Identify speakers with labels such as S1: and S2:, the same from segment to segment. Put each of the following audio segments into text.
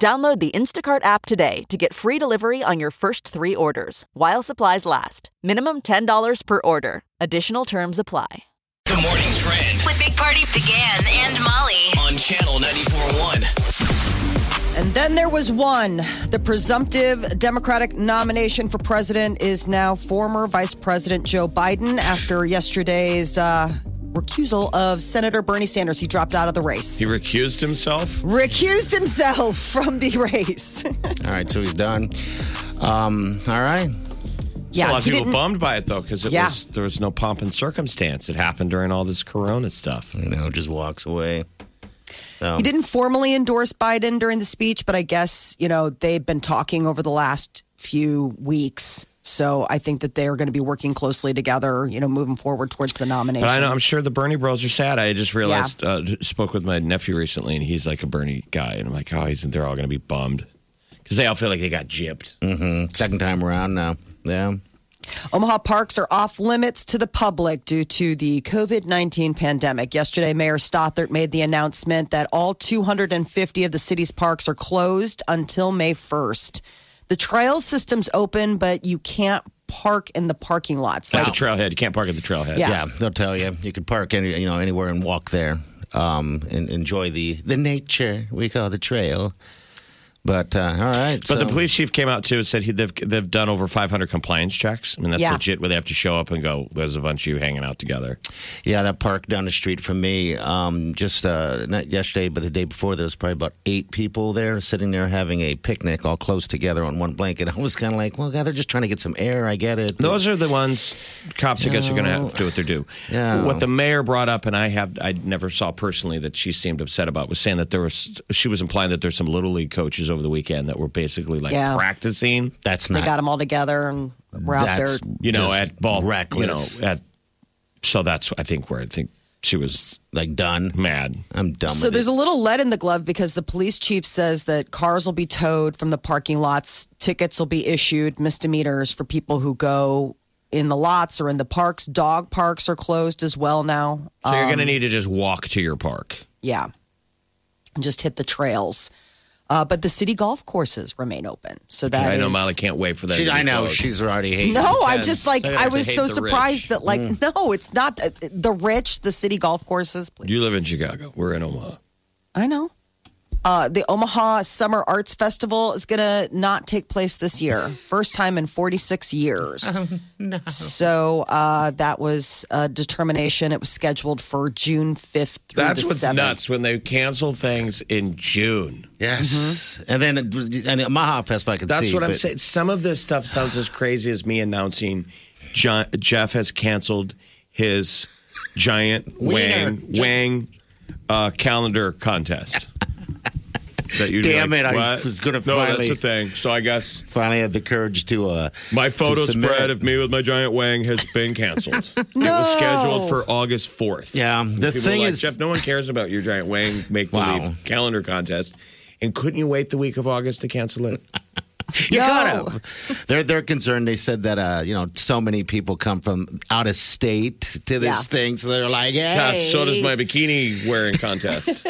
S1: Download the Instacart app today to get free delivery on your first three orders while supplies last. Minimum $10 per order. Additional terms apply.
S2: Good morning, Trend
S3: with Big Party began and Molly.
S2: on Channel 94.1.
S4: And then there was one. The presumptive Democratic nomination for president is now former Vice President Joe Biden after yesterday's uh, recusal of Senator Bernie Sanders. He dropped out of the race,
S5: He recused himself.
S4: recused himself from the race.
S6: All right, so he's done. Um, all right.
S5: a lot of
S4: he
S5: people
S4: didn't.
S5: bummed by it though, because
S4: Yeah.
S5: was there was no pomp and circumstance. It happened during all this Corona stuff.
S6: You know, just walks away. So,
S4: He didn't formally endorse Biden during the speech, but I guess, you know, they've been talking over the last few weeks. So I think that they are going to be working closely together, you know, moving forward towards the nomination.
S5: But I know I'm sure the Bernie Bros are sad. I just realized uh, spoke with my nephew recently, and he's like a Bernie guy, and I'm like, oh, he's they're all going to be bummed because they all feel like they got gypped.
S6: second time around now. Yeah.
S4: Omaha parks are off limits to the public due to the COVID 19 pandemic. Yesterday, Mayor Stothert made the announcement that all 250 of the city's parks are closed until May 1st. The trail system's open, but you can't park in the parking lots.
S5: At
S4: Like,
S5: the trailhead, you can't park at the trailhead.
S4: Yeah.
S6: Yeah, they'll tell you. You can park any, you know, anywhere and walk there um, and enjoy the, the nature we call the trail. But, uh, all right.
S5: But the police chief came out too and said he, they've they've done over 500 compliance checks. I mean, that's
S4: Yeah.
S5: legit. Where they have to show up and go, there's a bunch of you hanging out together.
S6: Yeah, that park down the street from me, um, just uh, not yesterday, but the day before, there was probably about eight people there sitting there having a picnic all close together on one blanket. I was kind of like, well, God, they're just trying to get some air. I get it.
S5: Those are the ones cops, I guess, are going to have to do what they're due.
S6: Yeah.
S5: What the mayor brought up, and I have, I never saw personally that she seemed upset about, was saying that there was, she was implying that there's some little league coaches over the weekend that were basically like
S4: Yeah.
S5: practicing,
S6: That's
S4: they
S6: not.
S4: got them all together and we're out there.
S6: that's
S5: you know,
S6: just
S5: at ball,
S6: reckless.
S5: you know, at. So that's, I think, where I think she was
S6: like done.
S5: mad.
S6: I'm done.
S4: So
S6: with
S4: there's
S6: it.
S4: a little lead in the glove because the police chief says that cars will be towed from the parking lots, tickets will be issued, misdemeanors for people who go in the lots or in the parks. Dog parks are closed as well now.
S5: So
S4: Uh,
S5: you're going to need to just walk to your park.
S4: yeah, and just hit the trails. Uh, but the city golf courses remain open. So that
S5: I know
S4: is-
S5: Molly can't wait for that.
S6: She,
S5: to be
S6: I know
S5: closed.
S6: she's already hating.
S4: No, I'm
S5: depends.
S4: just like
S5: They're gonna
S4: I
S5: have
S4: was
S5: to
S4: so
S5: hate the
S4: surprised
S5: rich.
S4: that like no, it's not uh, the rich. The city golf courses, please.
S5: You live in Chicago. We're in Omaha.
S4: I know. Uh, the Omaha Summer Arts Festival is going to not take place this year. First time in 46 years. So uh, that was a determination. It was scheduled for June 5th through
S5: That's
S4: the
S5: what's
S4: 7th.
S5: nuts when they cancel things in June.
S6: Yes, Mm-hmm. and then and Maha Fest, if I could
S5: That's
S6: see.
S5: what I'm
S6: but-
S5: saying. Some of this stuff sounds as crazy as me announcing John, Jeff has canceled his giant
S6: Wiener.
S5: Wang Wang uh, calendar contest. that you
S6: Damn it, I was gonna
S5: no,
S6: finally-
S5: that's a thing. So I guess
S6: Finally, had the courage to. Uh,
S5: my
S6: to
S5: photo
S6: submit
S5: spread
S6: it.
S5: of me with my giant Wang has been canceled. It was scheduled for August fourth.
S6: Yeah, the
S5: People
S6: thing
S5: are like,
S6: is,
S5: Jeff, no one cares about your giant Wang make believe
S6: Wow.
S5: calendar contest. And couldn't you wait the week of August to cancel it?
S6: You
S4: No.
S6: gotta. They're they're concerned. They said that uh, you know so many people come from out of state to this
S4: Yeah.
S6: thing, so they're like, hey,
S5: God, so does my bikini wearing contest.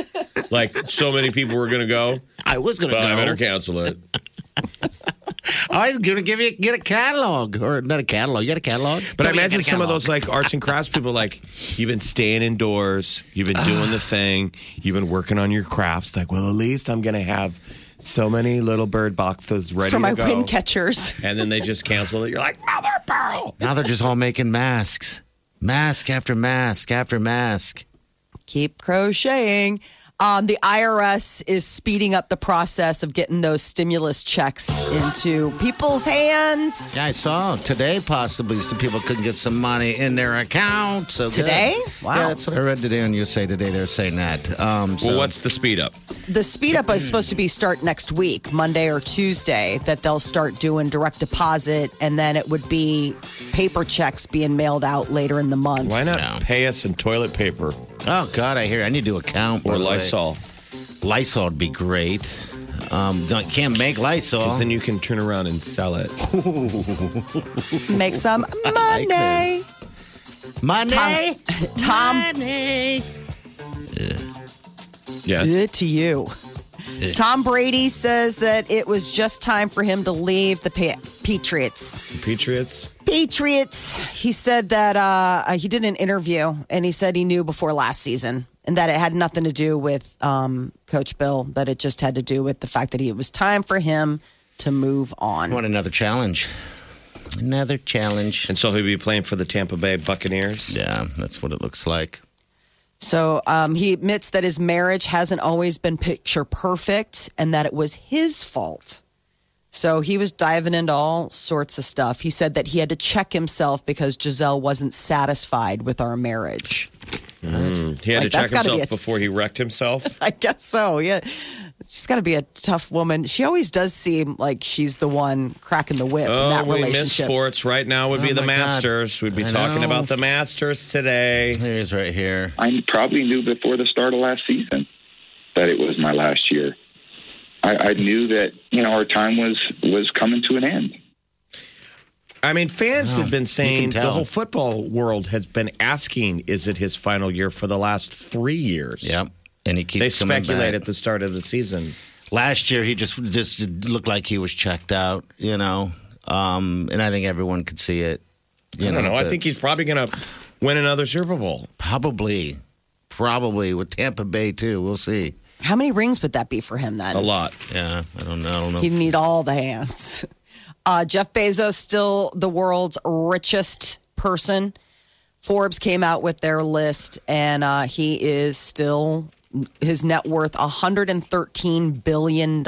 S5: like so many people were gonna go,
S6: I was gonna
S5: but I
S6: go.
S5: better cancel it.
S6: I was gonna give you get a catalog or not a catalog. You got a catalog,
S5: But I
S6: Tell me you
S5: imagine
S6: got a
S5: some of
S6: catalog.
S5: those like arts and crafts people, like you've been staying indoors, you've been doing the thing, you've been working on your crafts. Like, well, at least I'm gonna have so many little bird boxes ready
S4: For my
S5: to go.
S4: wind catchers.
S5: and then they just cancel it. You're like, mother pearl.
S6: Now they're just all making masks, mask after mask after mask.
S4: Keep crocheting. Um, the IRS is speeding up the process of getting those stimulus checks into people's hands.
S6: Yeah, I saw today possibly some people could get some money in their account. So good.
S4: Today? Wow.
S6: Yeah, that's what I read today on USA Today. They're saying that. Um, so
S5: Well, what's the speed up?
S4: The speed up is supposed to be start next week, Monday or Tuesday, that they'll start doing direct deposit, and then it would be paper checks being mailed out later in the month.
S5: Why not
S6: No.
S5: pay us in toilet paper
S6: Oh God, I hear. I need to account by
S5: or
S6: the way.
S5: Lysol?
S6: Lysol would be great. Um, no, I can't make Lysol.
S5: Because then you can turn around and sell it.
S4: Make some money.
S6: Money.
S4: Tom, Tom
S6: Money.
S5: Yes.
S4: Good to you. Tom Brady says that it was just time for him to leave the pa- Patriots.
S5: Patriots.
S4: Patriots. He said that uh, uh, he did an interview and he said he knew before last season and that it had nothing to do with um, Coach Bill, but it just had to do with the fact that he, it was time for him to move on.
S6: Want another challenge? Another challenge.
S5: And so he'll be playing for the Tampa Bay Buccaneers.
S6: Yeah, that's what it looks like.
S4: So um, he admits that his marriage hasn't always been picture perfect and that it was his fault. So he was diving into all sorts of stuff. He said that he had to check himself because Giselle wasn't satisfied with our marriage.
S5: He had
S4: Like,
S5: to check
S4: that's gotta be
S5: himself
S4: a-
S5: before he wrecked himself.
S4: I guess so. Yeah. She's got to be a tough woman. She always does seem like she's the one cracking the whip in
S5: Oh,
S4: that
S5: we miss
S4: relationship.
S5: sports. Right now would be
S6: Oh,
S5: the
S6: my God.
S5: Masters. We'd be
S6: I
S5: talking
S6: know.
S5: about the Masters today.
S6: Here he is right here.
S7: I probably knew before the start of last season that it was my last year. I, I knew that you know our time was was coming to an end.
S5: I mean, fans have been saying the
S6: tell.
S5: whole football world has been asking, is it his final year for the last three years?
S6: Yep. And he keeps
S5: They
S6: coming
S5: speculate
S6: back.
S5: at the start of the season.
S6: last year he just just looked like he was checked out, you know. Um, and I think everyone could see it. You
S5: I don't know. I
S6: that
S5: think he's probably going to win another Super Bowl.
S6: probably, probably with Tampa Bay too. We'll see.
S4: How many rings would that be for him then?
S5: A lot.
S6: Yeah, I don't know. I don't know.
S4: He'd need all the hands. Uh, Jeff Bezos, still the world's richest person. Forbes came out with their list, and uh, he is still his net worth $113 billion.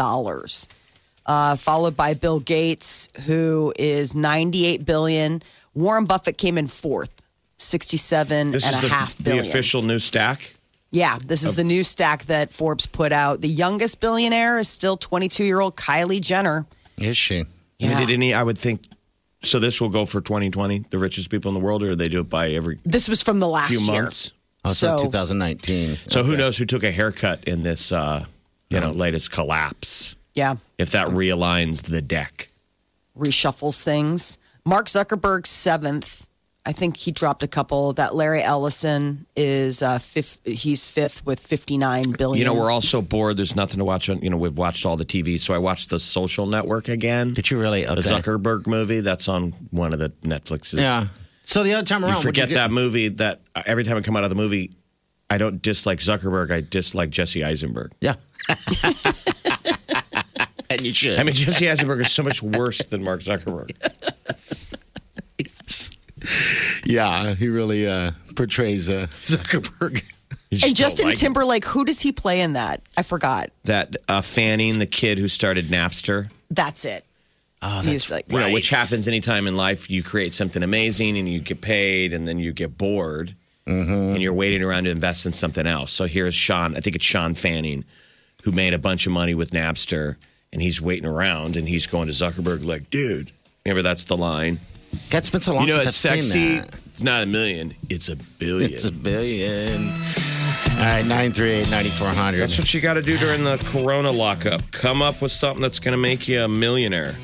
S4: Uh, followed by Bill Gates, who is 98 billion. Warren Buffett came in fourth, 67
S5: This
S4: and
S5: is the,
S4: a half
S5: the
S4: billion.
S5: official new stack.
S4: Yeah, this is the new stack that Forbes put out. The youngest billionaire is still 22 year old Kylie Jenner.
S6: Is she?
S5: I mean,
S4: Yeah.
S5: did any, I would think, so this will go for 2020, the richest people in the world, or do they do it by every
S4: This was from the last
S5: few
S4: year.
S5: months?
S6: Also,
S4: So-
S6: 2019.
S5: So who knows who took a haircut in this, uh, you know, latest collapse?
S4: Yeah,
S5: If that realigns the deck,
S4: reshuffles things. Mark Zuckerberg seventh. I think he dropped a couple. That Larry Ellison is uh, fifth. He's fifth with 59 billion.
S5: you know, we're all so bored. There's nothing to watch on. You know, we've watched all the TV, so I watched the Social Network again.
S6: Did you really?
S5: The
S6: Okay.
S5: Zuckerberg movie that's on one of the Netflixes.
S6: Yeah. So the other time around,
S5: you
S6: what'd
S5: forget
S6: get?
S5: that movie. That uh, every time I come out of the movie, I don't dislike Zuckerberg. I dislike Jesse Eisenberg.
S6: Yeah. and you should.
S5: I mean, Jesse Eisenberg is so much worse than Mark Zuckerberg.
S6: yeah, he really uh, portrays uh, Zuckerberg.
S5: You just
S4: and
S5: don't
S4: Justin
S5: like him.
S4: Timberlake. Who does he play in that? I forgot.
S5: that uh, Fanning, the kid who started Napster.
S4: That's it.
S5: Ah,
S6: Oh,
S4: he's like
S5: you know, which happens anytime in life. You create something amazing and you get paid, and then you get bored, and you're waiting around to invest in something else. So here's Sean. I think it's Sean Fanning, who made a bunch of money with Napster, and he's waiting around, and he's going to Zuckerberg like, dude. Remember that's the line.
S6: That's been so long
S5: you know,
S6: since
S5: it's
S6: I've
S5: sexy.
S6: seen that.
S5: It's not a million. It's a billion.
S6: It's a billion. All right, 938 9400.
S5: that's what you got to do during the Corona lockup. Come up with something that's going to make you a millionaire.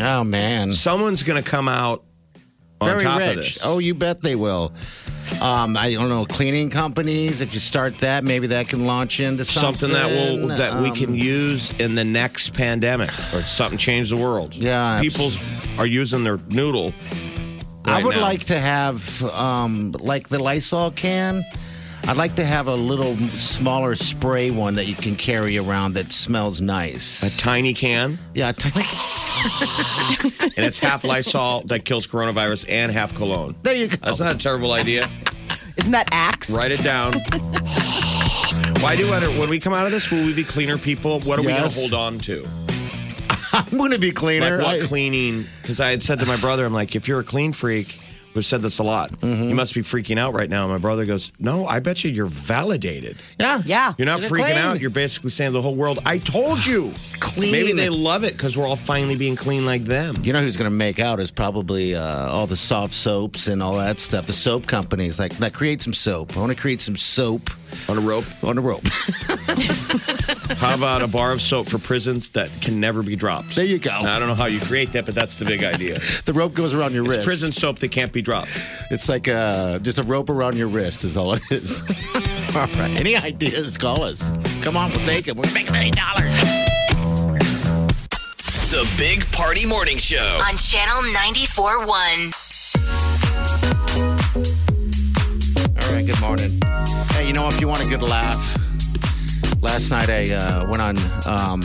S6: Oh, man.
S5: Someone's going to come out on
S6: Very
S5: top
S6: rich.
S5: of this.
S6: Oh, you bet they will. Um, I don't know, cleaning companies, if you start that, maybe that can launch into something.
S5: something that will that we
S6: Um,
S5: can use in the next pandemic or something change the world.
S6: Yeah.
S5: people are using their noodle.
S6: Um, I
S5: right
S6: would
S5: now.
S6: like to have, um, like the Lysol can. I'd like to have a little smaller spray one that you can carry around that smells nice.
S5: a tiny can,
S6: yeah, t-
S5: and it's half Lysol that kills coronavirus and half cologne.
S6: there you go.
S5: That's not a terrible idea.
S4: Isn't that Axe?
S5: Write it down. Why do I, when we come out of this, will we be cleaner people? What are we going to
S6: Yes.
S5: hold on to?
S6: I'm going to be cleaner.
S5: Like what
S6: I-
S5: cleaning? Because I had said to my brother, I'm like, if you're a clean freak, we've said this a lot.
S6: Mm-hmm.
S5: You must be freaking out right now. And my brother goes, No, I bet you you're validated.
S6: yeah.
S4: Yeah.
S5: You're not
S6: You're
S5: freaking
S6: clean.
S5: out. You're basically saying to the whole world, I told you.
S6: Clean.
S5: Maybe they love it because we're all finally being clean like them.
S6: You know who's going to make out is probably uh, all the soft soaps and all that stuff. The soap companies, like, now create some soap. I want to create some soap
S5: On a rope.
S6: on a rope.
S5: How about a bar of soap for prisons that can never be dropped?
S6: there you go.
S5: Now, I don't know how you create that, but that's the big idea. it's
S6: the rope goes around your wrist.
S5: prison soap that can't be dropped.
S6: It's like uh, just a rope around your wrist is all it is. all right. Any ideas? Call us. Come on, we'll take it. We'll make a million dollars.
S2: The Big Party Morning Show.
S3: on Channel 94.1.
S6: All right, good morning. Hey, you know, if you want a good laugh, last night I uh, went on um,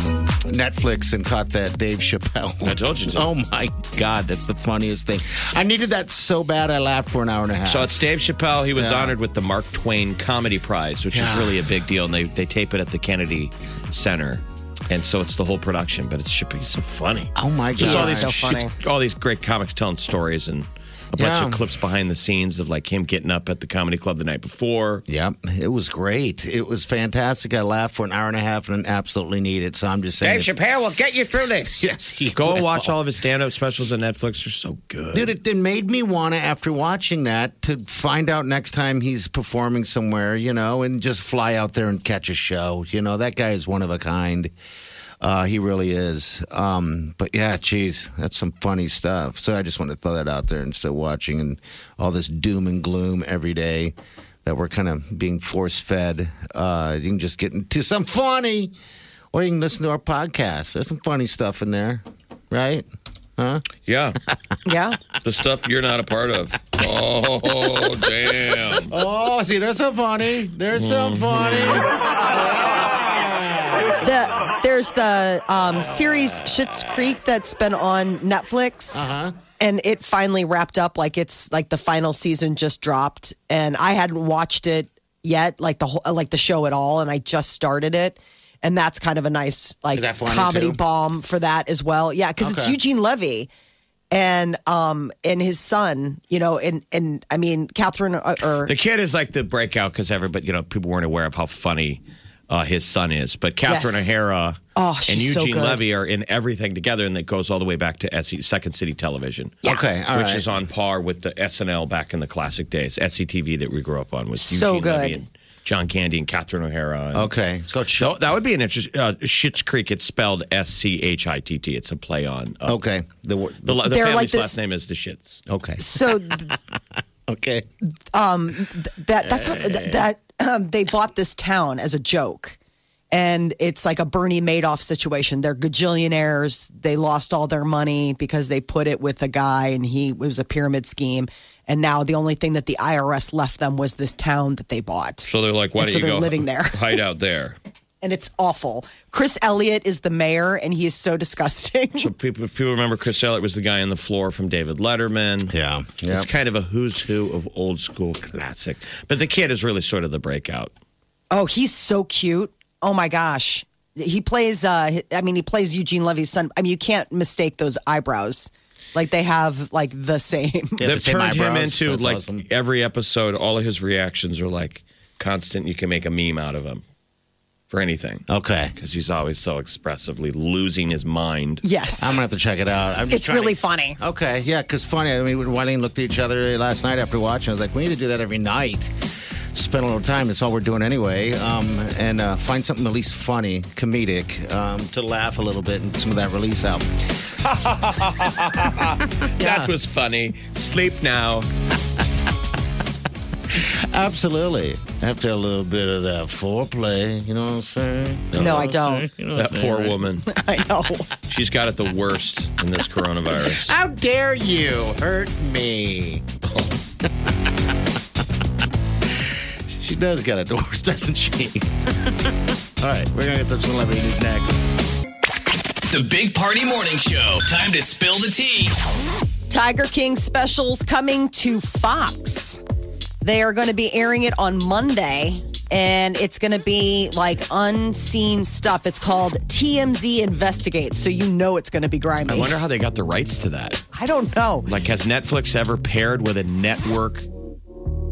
S6: Netflix and caught that Dave Chappelle.
S5: I told you to.
S6: Oh my God, that's the funniest thing. I needed that so bad I laughed for an hour and a half.
S5: So it's Dave Chappelle. He was
S6: Yeah.
S5: honored with the Mark Twain Comedy Prize, which is
S6: Yeah.
S5: really a big deal. And they, they tape it at the Kennedy Center. And so it's the whole production, but it's Chappelle. He's so funny.
S6: oh my
S5: It's all
S6: God.
S5: these,
S4: so funny.
S5: it's all these great comics telling stories and a bunch
S6: Yeah.
S5: of clips behind the scenes of like him getting up at the comedy club the night before.
S6: Yep, it was great. It was fantastic. I laughed for an hour and a half and absolutely need it. So I'm just saying. it's-
S5: Chappelle will get you through this.
S6: Yes, he
S5: Go and
S6: will.
S5: watch all of his stand up specials on Netflix. They're so good.
S6: Dude, it, it made me want to, after watching that, to find out next time he's performing somewhere, you know, and just fly out there and catch a show. You know, that guy is one of a kind. Uh, he really is. Um, but yeah, geez, that's some funny stuff. So I just want to throw that out there instead of watching and all this doom and gloom every day that we're kind of being force fed. Uh, you can just get into some funny, or you can listen to our podcast. There's some funny stuff in there, right?
S5: Yeah.
S4: Yeah.
S5: the stuff you're not a part of. Oh, damn.
S6: Oh, see, that's so funny. There's so funny.
S4: The there's the um, series Schitt's Creek that's been on Netflix.
S6: Uh-huh.
S4: And it finally wrapped up like it's like the final season just dropped and I hadn't watched it yet like the whole like the show at all and I just started it and that's kind of a nice like
S6: Is that funny,
S4: comedy
S6: too?
S4: bomb for that as well. Yeah, cuz it's
S6: Okay.
S4: Eugene Levy and um and his son, you know, and and I mean Catherine uh, or
S5: The kid is like the breakout because everybody, you know, people weren't aware of how funny uh, his son is. But Catherine
S4: Yes.
S5: O'Hara
S4: Oh,
S5: and
S4: she's so
S5: Eugene
S4: good.
S5: Levy are in everything together, and that goes all the way back to SC, Second City Television.
S6: Okay, all
S5: which
S6: right.
S5: is on par with the SNL back in the classic days, SCTV that we grew up on with
S4: So
S5: Eugene Levy
S4: good.
S5: and John Candy and Catherine O'Hara. And
S6: Okay, it's called
S5: So that would be an interesting. Uh, Schitt's Creek. It's spelled S C H I T T. It's a play on. Uh,
S6: Okay. The, wor-
S5: The, the
S4: They're
S5: family's
S4: like this-
S5: last name is the Shits.
S6: okay.
S4: so
S6: Okay.
S4: that that's how, th- that um, they bought this town as a joke and it's like a bernie madoff situation they're gajillionaires they lost all their money because they put it with a guy and he it was a pyramid scheme and now the only thing that the irs left them was this town that they bought
S5: So they're like, why
S4: And
S5: do
S4: so
S5: you
S4: they're
S5: go
S4: living there.
S5: hide out there?
S4: and it's awful chris elliott is the mayor and he is so disgusting
S5: So people, if people remember Chris Elliott was the guy on the floor from David Letterman.
S6: Yeah. Yeah.
S5: It's kind of a who's who of old school classic. But the kid is really sort of the breakout.
S4: oh he's so cute oh my gosh he plays uh i mean he plays eugene levy's son i mean you can't mistake those eyebrows like they have like the same
S6: Yeah, the
S5: They've
S6: same
S5: turned him
S6: eyebrows.
S5: into
S6: That's
S5: like
S6: awesome.
S5: every episode, all of his reactions are like constant. You can make a meme out of him for anything
S6: Okay.
S5: because he's always so expressively losing his mind.
S4: Yes.
S6: I'm gonna have to check it out. I'm just
S4: it's
S6: trying
S4: really
S6: to-
S4: funny.
S6: Okay, yeah, because funny. I mean, Wiley and looked at each other last night after watching. I was like, we need to do that every night. Spend a little time. That's all we're doing anyway. Um, and uh, find something at least funny, comedic, um, to laugh a little bit in some of that release album.
S5: That was funny. Sleep now.
S6: Absolutely. After a little bit of that foreplay, you know what I'm saying? You
S4: No,
S6: know what
S4: I
S6: I'm
S4: don't.
S6: saying? You know
S5: That
S6: what I'm saying,
S5: poor
S6: right?
S5: woman.
S4: I know.
S5: She's got it the worst in this coronavirus.
S6: How dare you hurt me? she does got a divorce, doesn't she? All right, we're gonna get some celebrity news next.
S2: The Big Party Morning Show. Time to spill the tea.
S4: Tiger King specials coming to Fox. They are going to be airing it on Monday. and it's going to be like unseen stuff. It's called TMZ Investigates, so you know it's going to be grimy.
S5: I wonder how they got the rights to that.
S4: I don't know.
S5: Like, has Netflix ever paired with a network,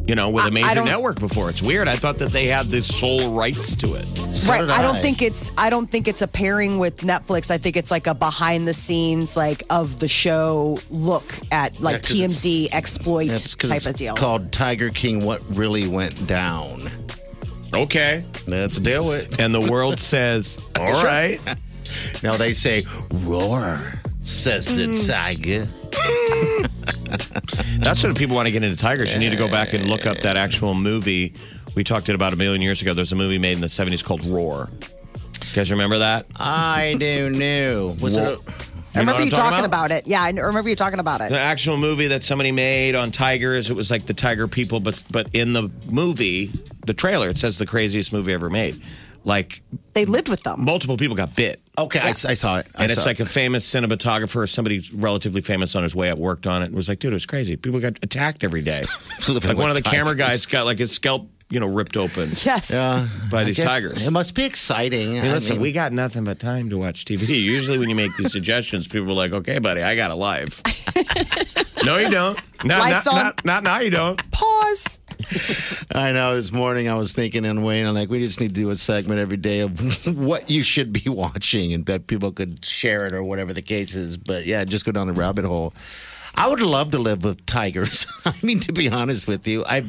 S5: you know, with
S4: I- I
S5: a major
S4: don't-
S5: network before? It's weird. I thought that they had the sole rights to it.
S6: So
S4: right.
S6: did
S4: I don't think it's I don't think it's a pairing with Netflix. I think it's like a behind the scenes like of the show look at like
S6: 'cause it's-
S4: TMZ exploit
S6: That's 'cause
S4: type
S6: it's
S4: of deal.
S6: Called Tiger King. What really went down?
S5: Okay.
S6: Let's do it.
S5: And the world says, all right.
S6: Now they say roar. Says the
S4: Mm.
S6: tiger.
S5: That's what people want to get into tigers. You need to go back and look up that actual movie. We talked it about a million years ago. There's a movie made in the 70s called Roar. You guys remember that?
S6: I do know. Was it? A,
S4: I
S5: know
S4: remember
S5: what I'm
S4: you
S5: talking
S4: talking
S5: about?
S4: about? it. Yeah, I kn- remember you talking about
S5: The
S4: it.
S5: actual movie that somebody made on tigers. It was like the tiger people, but but in the movie, the trailer, it says the craziest movie ever made. Like
S4: They lived with them.
S5: multiple people got bit.
S6: okay, I, I saw it. I
S5: And it's
S6: saw
S5: like a famous cinematographer or somebody relatively famous on his way up worked on it and was like, dude, it was crazy. People got attacked every day.
S6: Living
S5: like one of
S6: with
S5: the camera guys
S6: tigers.
S5: got like his scalp, you know, ripped open
S4: Yes.
S6: Uh,
S5: by
S6: I
S5: these
S6: guess
S5: tigers.
S6: It must be exciting.
S5: I mean, listen, we got nothing but time to watch TV. Usually, when you make these suggestions, people are like, "Okay, buddy, I got a life." no, you don't. Not, not,
S4: Lights on.
S5: not, not now. You don't.
S4: Pause.
S6: I know. This morning I was thinking and Wayne, I'm like, we just need to do a segment every day of what you should be watching, and that people could share it or whatever the case is. But yeah, just go down the rabbit hole. I would love to live with tigers. I mean, to be honest with you, I've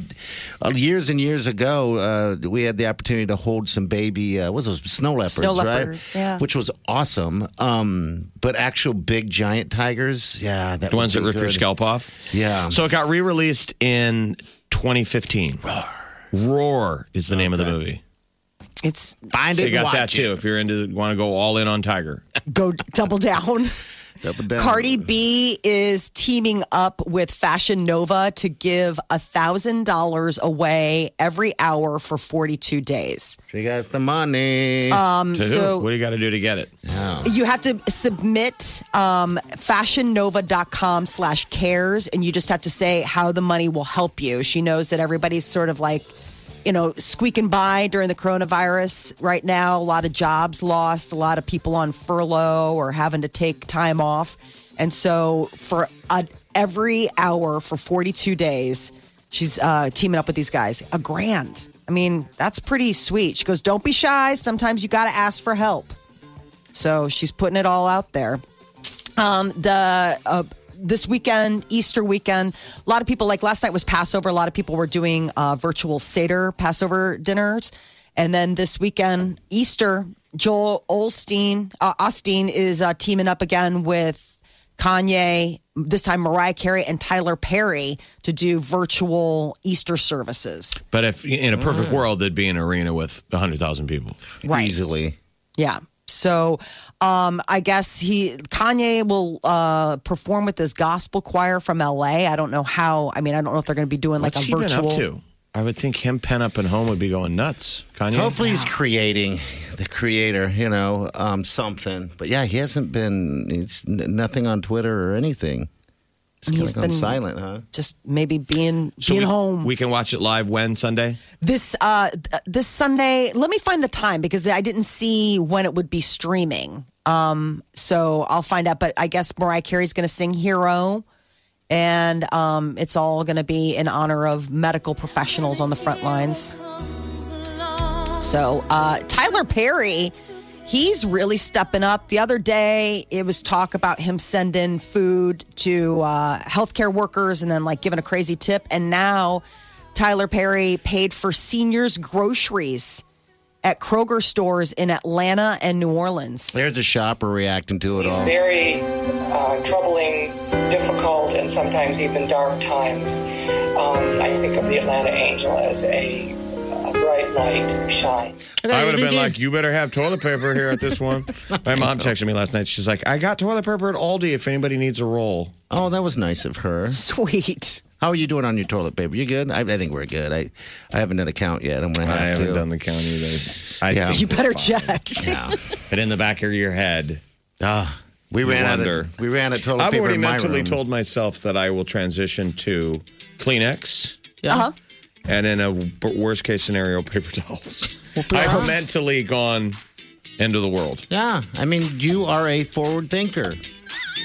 S6: uh, years and years ago uh, we had the opportunity to hold some baby. Uh, what was those snow leopards,
S4: Snow
S6: right?
S4: leopards, yeah.
S6: Which was awesome. Um, but actual big giant tigers, yeah, that
S5: The ones that
S6: would be
S5: rip your
S6: good.
S5: scalp off.
S6: Yeah.
S5: So it got re-released in 2015. Roar. Roar is the name of the movie.
S4: It's
S6: Find
S5: They
S6: it,
S5: got
S6: watch
S5: that too.
S6: it.
S5: If you're into, want to go all in on Tiger.
S4: go double down.
S6: Up and down.
S4: Cardi B is teaming up with Fashion Nova to give a thousand dollars away every hour for 42 days.
S6: She got the money.
S5: To
S4: Oh,
S5: who?
S4: Um, so-
S5: what do you got to do to get it?
S4: You have to submit um, fashionnova.com slash cares, and you just have to say how the money will help you. She knows that everybody's sort of like, you know, squeaking by during the coronavirus right now. A lot of jobs lost, a lot of people on furlough or having to take time off. And so for a, every hour for 42 days, she's uh, teaming up with these guys. A grand. I mean, that's pretty sweet. She goes, don't be shy. Sometimes you got to ask for help. So she's putting it all out there. Um, the uh, this weekend, Easter weekend, a lot of people like last night was Passover. A lot of people were doing uh, virtual Seder Passover dinners, and then this weekend Easter. Joel Olstein uh, Osteen is uh, teaming up again with Kanye, this time Mariah Carey and Tyler Perry to do virtual Easter services.
S5: But if in a perfect
S4: Mm.
S5: world, there'd be an arena with 100,000 people.
S4: Right.
S6: Easily.
S4: Yeah. So um, I guess he Kanye will uh, perform with this gospel choir from LA. I don't know how. I mean, I don't know if they're going to be doing like
S5: What's
S4: a
S5: he
S4: virtual.
S5: been up to? I would think him pent up at home would be going nuts. Kanye.
S6: Hopefully, he's creating the creator, you know, um, something. But yeah, he hasn't been. It's n- nothing on Twitter or anything. Just
S4: He's
S6: he's been
S4: been-
S6: silent, huh?
S4: Just maybe being
S5: So
S4: being
S5: we,
S4: home
S5: We can watch it live when Sunday.
S4: this uh, th- this Sunday. Let me find the time because I didn't see when it would be streaming. Um, so I'll find out. But I guess Mariah Carey's going to sing "Hero," and um, it's all going to be in honor of medical professionals on the front lines. So uh, Tyler Perry, he's really stepping up. The other day, it was talk about him sending food to uh, healthcare workers and then like giving a crazy tip. And now Tyler Perry paid for seniors' groceries at Kroger stores in Atlanta and New Orleans.
S6: There's a shopper reacting to it
S8: These
S6: all.
S8: very uh, troubling, difficult, and sometimes even dark times. Um, I think of the Atlanta Angel as a, a bright light shine.
S5: I would have been like, you better have toilet paper here at this one. My mom texted me last night. She's like, I got toilet paper at Aldi if anybody needs a roll.
S6: oh, that was nice of her.
S4: Sweet.
S6: How are you doing on your toilet paper? You good? I, I think we're good. I, I haven't done a count yet. I'm gonna have
S5: I haven't
S6: to.
S5: done the count either. I
S6: Yeah.
S5: think
S4: You
S5: we're
S4: better
S5: fine.
S4: check.
S6: yeah.
S5: But in the back of your head,
S6: Ah, we ran out
S5: wonder.
S6: of we ran out of toilet
S5: I've
S6: paper.
S5: already
S6: in my
S5: mentally
S6: room.
S5: told myself that I will transition to Kleenex
S6: Yeah.
S4: Uh-huh.
S5: and in a w- worst case scenario, paper towels. I've
S6: perhaps-
S5: mentally gone into the world,
S6: Yeah, I mean, you are a forward thinker.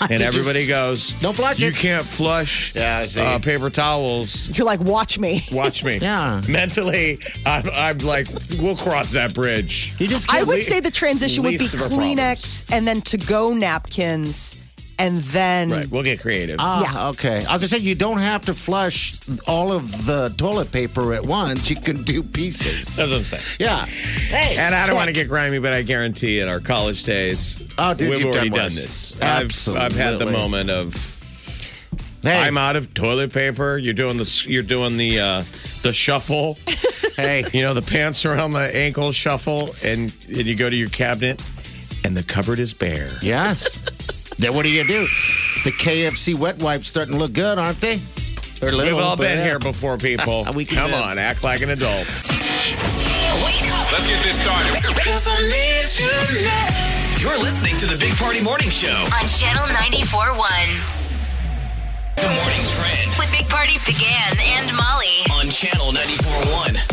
S5: and everybody goes,
S6: Don't flush
S5: You
S6: it."
S5: can't flush
S6: Yeah, I see.
S5: uh, paper towels.
S4: You're like, watch me.
S5: Watch me.
S6: Yeah.
S5: Mentally, I'm, I'm like, we'll cross that bridge.
S6: You just
S4: I
S6: can't.
S4: would
S5: le-
S4: say the transition would be
S5: least of our problems.
S4: Kleenex and then to go napkins and then
S5: Right. We'll get creative.
S6: Ah, okay. I was gonna say you don't have to flush all of the toilet paper at once. You can do pieces.
S5: That's what I'm saying.
S6: Yeah.
S5: And I don't want to get grimy, but I guarantee in our college days,
S6: Oh, dude,
S5: we've
S6: you've
S5: already done,
S6: done worse.
S5: this. I've, I've had the
S6: Absolutely.
S5: moment of.
S6: Hey,
S5: I'm out of toilet paper. You're doing the you're doing the uh, the shuffle.
S6: hey.
S5: You know the pants around the ankle shuffle, and and you go to your cabinet, and the cupboard is bare.
S6: Yes. then what do you do? The KFC wet wipes starting to look good, aren't they? They're
S5: We've
S6: little,
S5: all
S6: but
S5: been
S6: yeah.
S5: here before, people.
S6: We can
S5: Come
S6: do.
S5: on, act like an adult.
S2: Let's get this started. You're listening to the Big Party Morning Show.
S3: on Channel 94.1
S2: Good morning, trend
S3: with Big Party began and Molly.
S2: on channel 94.1.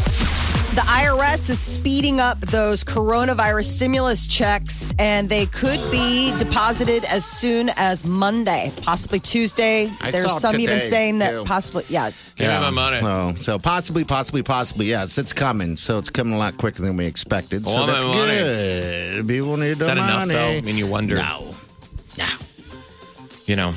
S4: The IRS is speeding up those coronavirus stimulus checks, and they could be deposited as soon as Monday, possibly Tuesday.
S6: I
S4: There's
S6: saw
S4: some even
S6: today,
S4: saying that
S6: too.
S4: possibly, yeah.
S5: Yeah, I'm on it.
S6: Oh, so possibly, possibly, possibly. Yes, it's coming. So it's coming a lot quicker than we expected. so
S5: Oh,
S6: that's
S5: my money.
S6: good. People need
S5: Is
S6: the
S5: that enough
S6: money.
S5: though? I mean, you wonder. No, no. You know,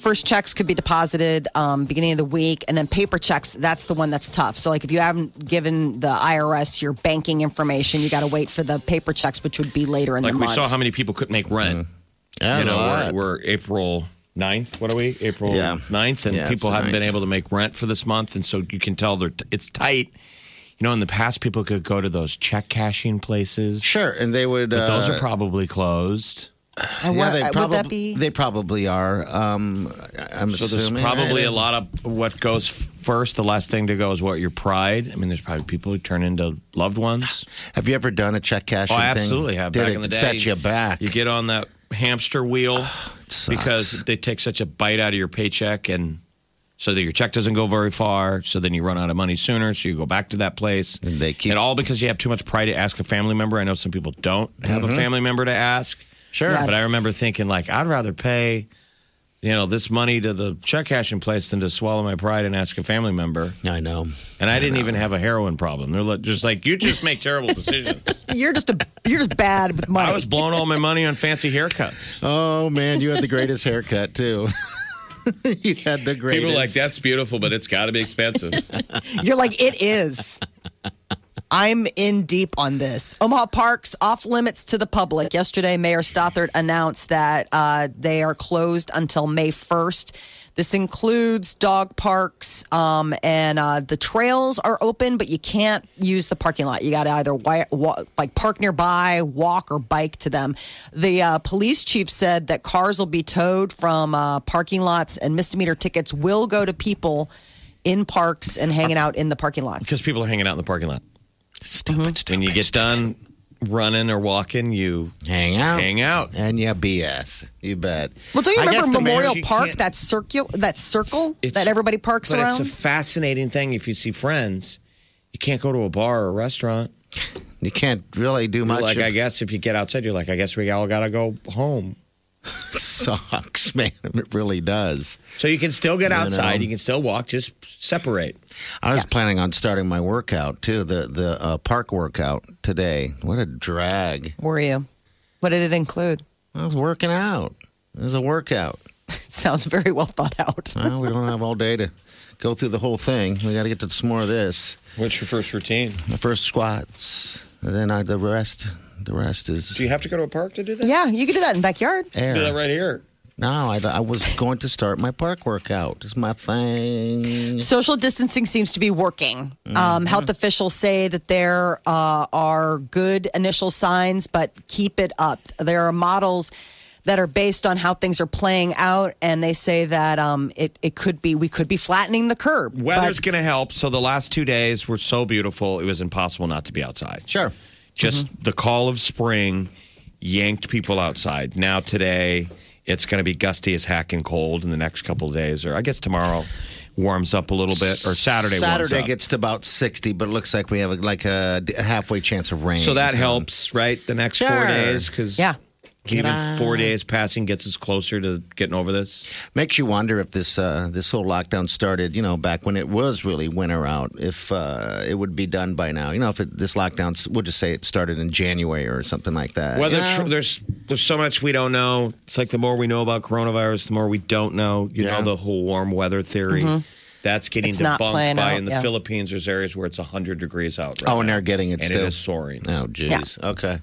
S4: First checks could be deposited um, beginning of the week, and then paper checks. That's the one that's tough. So, like, if you haven't given the IRS your banking information, you got to wait for the paper checks, which would be later in
S5: like
S4: the
S5: we
S4: month.
S5: saw how many people couldn't make rent.
S6: Yeah,
S5: you
S6: Mm. a
S5: know, we're,
S6: lot.
S5: we're April 9th. What are we? April
S6: Yeah.
S5: 9th. And
S6: Yeah,
S5: people
S6: it's
S5: haven't
S6: the
S5: been
S6: 9th.
S5: able to make rent for this month. And so you can tell they're t- it's tight. You know, in the past, people could go to those check cashing places.
S6: sure. And they would.
S5: But
S6: uh,
S5: those are probably closed.
S4: And
S6: Yeah,
S4: what-
S6: they
S4: would
S6: probably
S4: that be?
S6: they probably are. Um, I- I'm
S5: So there's
S6: assuming
S5: probably
S6: I-
S5: a lot of what goes f- first. The last thing to go is what your pride. I mean, there's probably people who turn into loved ones.
S6: Have you ever done a check cash?
S5: Oh, I absolutely have.
S6: Ah, Did
S5: back
S6: it
S5: in the day,
S6: set you back?
S5: You get on that hamster wheel because they take such a bite out of your paycheck, and so that your check doesn't go very far. So then you run out of money sooner. So you go back to that place.
S6: And they keep-
S5: it all because you have too much pride to ask a family member. I know some people don't have
S6: Mm-hmm.
S5: a family member to ask,
S6: sure.
S4: Yeah.
S5: but I remember thinking like I'd rather pay. You know, this money to the check cashing place than to swallow my pride and ask a family member.
S6: I know.
S5: And I didn't even have a heroin problem. They're li- just like, you just make terrible decisions.
S4: You're just a you're just bad with money.
S5: I was blowing all my money on fancy haircuts.
S6: Oh man, you had the greatest haircut too. you had the greatest.
S5: People are like, that's beautiful, but it's got to be expensive.
S4: You're like, it is. I'm in deep on this. Omaha parks off limits to the public. Yesterday, Mayor Stothard announced that uh, they are closed until May 1st. This includes dog parks, um, and uh, the trails are open, but you can't use the parking lot. You got to either wi- wa- like park nearby, walk, or bike to them. The uh, police chief said that cars will be towed from uh, parking lots, and misdemeanor tickets will go to people in parks and hanging out in the parking lots.
S5: Because people are hanging out in the parking lot.
S6: stupid.
S5: When you get done running or walking, you
S6: Hang out.
S5: hang out.
S6: And yeah, BS. You bet.
S4: Well, don't you
S6: I guess
S4: remember
S6: the
S4: Memorial
S6: mayor-
S4: Park, that circle, that circle
S5: It's-
S4: that everybody parks
S5: But it's
S4: around?
S5: a fascinating thing if you see friends. You can't go to a bar or a restaurant.
S6: You can't really do
S5: You're
S6: much.
S5: like,
S6: of-
S5: I guess if you get outside, you're like, I guess we all got to go home.
S6: sucks, man. It really does.
S5: So you can still get outside.
S6: know.
S5: You can still walk. Just separate.
S6: I was planning on starting my workout too, the the uh, park workout today. What a drag!
S4: Were you? What did it include?
S6: I was working out. It was a workout.
S4: Sounds very well thought out.
S6: Well, we don't have all day to go through the whole thing. We got to get to some more of this.
S5: What's your first routine?
S6: The first squats, and then I, the rest. The rest is
S5: Do you have to go to a park to do that?
S4: Yeah, you could do that in the backyard.
S5: Do that
S6: air.
S5: right here.
S6: No, I, I was going to start my park workout. It's my thing.
S4: Social distancing seems to be working. Um, health officials say that there uh, are good initial signs, but keep it up. There are models that are based on how things are playing out, and they say that um, it, it could be we could be flattening the curb.
S5: Weather's going to help. So the last two days were so beautiful, it was impossible not to be outside.
S6: Sure.
S5: Just the call of spring yanked people outside. Now today, it's going to be gusty as heck and cold in the next couple of days, or I guess tomorrow warms up a little bit, or Saturday, warms
S6: Saturday
S5: up.
S6: gets to about 60, but it looks like we have like a d- halfway chance of rain. um,
S5: so that helps, right? The next four
S6: Sure.
S5: days, because
S4: Yeah.
S5: even four days passing gets us closer to getting over this.
S6: Makes you wonder if this uh, this whole lockdown started, you know, back when it was really winter out, if uh, it would be done by now. You know, if it, this lockdown, we'll just say it started in January or something like that.
S5: Whether
S6: you know?
S5: tr- there's there's so much we don't know. It's like the more we know about coronavirus, the more we don't know. You
S6: Yeah. Mm-hmm.
S5: know the whole warm weather theory. That's getting
S4: It's not
S5: debunked
S4: playing
S5: by
S4: out,
S5: in the
S4: yeah.
S5: Philippines. There's areas where it's 100 degrees out. Right
S6: oh, and
S5: now,
S6: they're getting it
S5: and
S6: still.
S5: it is soaring.
S6: Oh, jeez. Okay.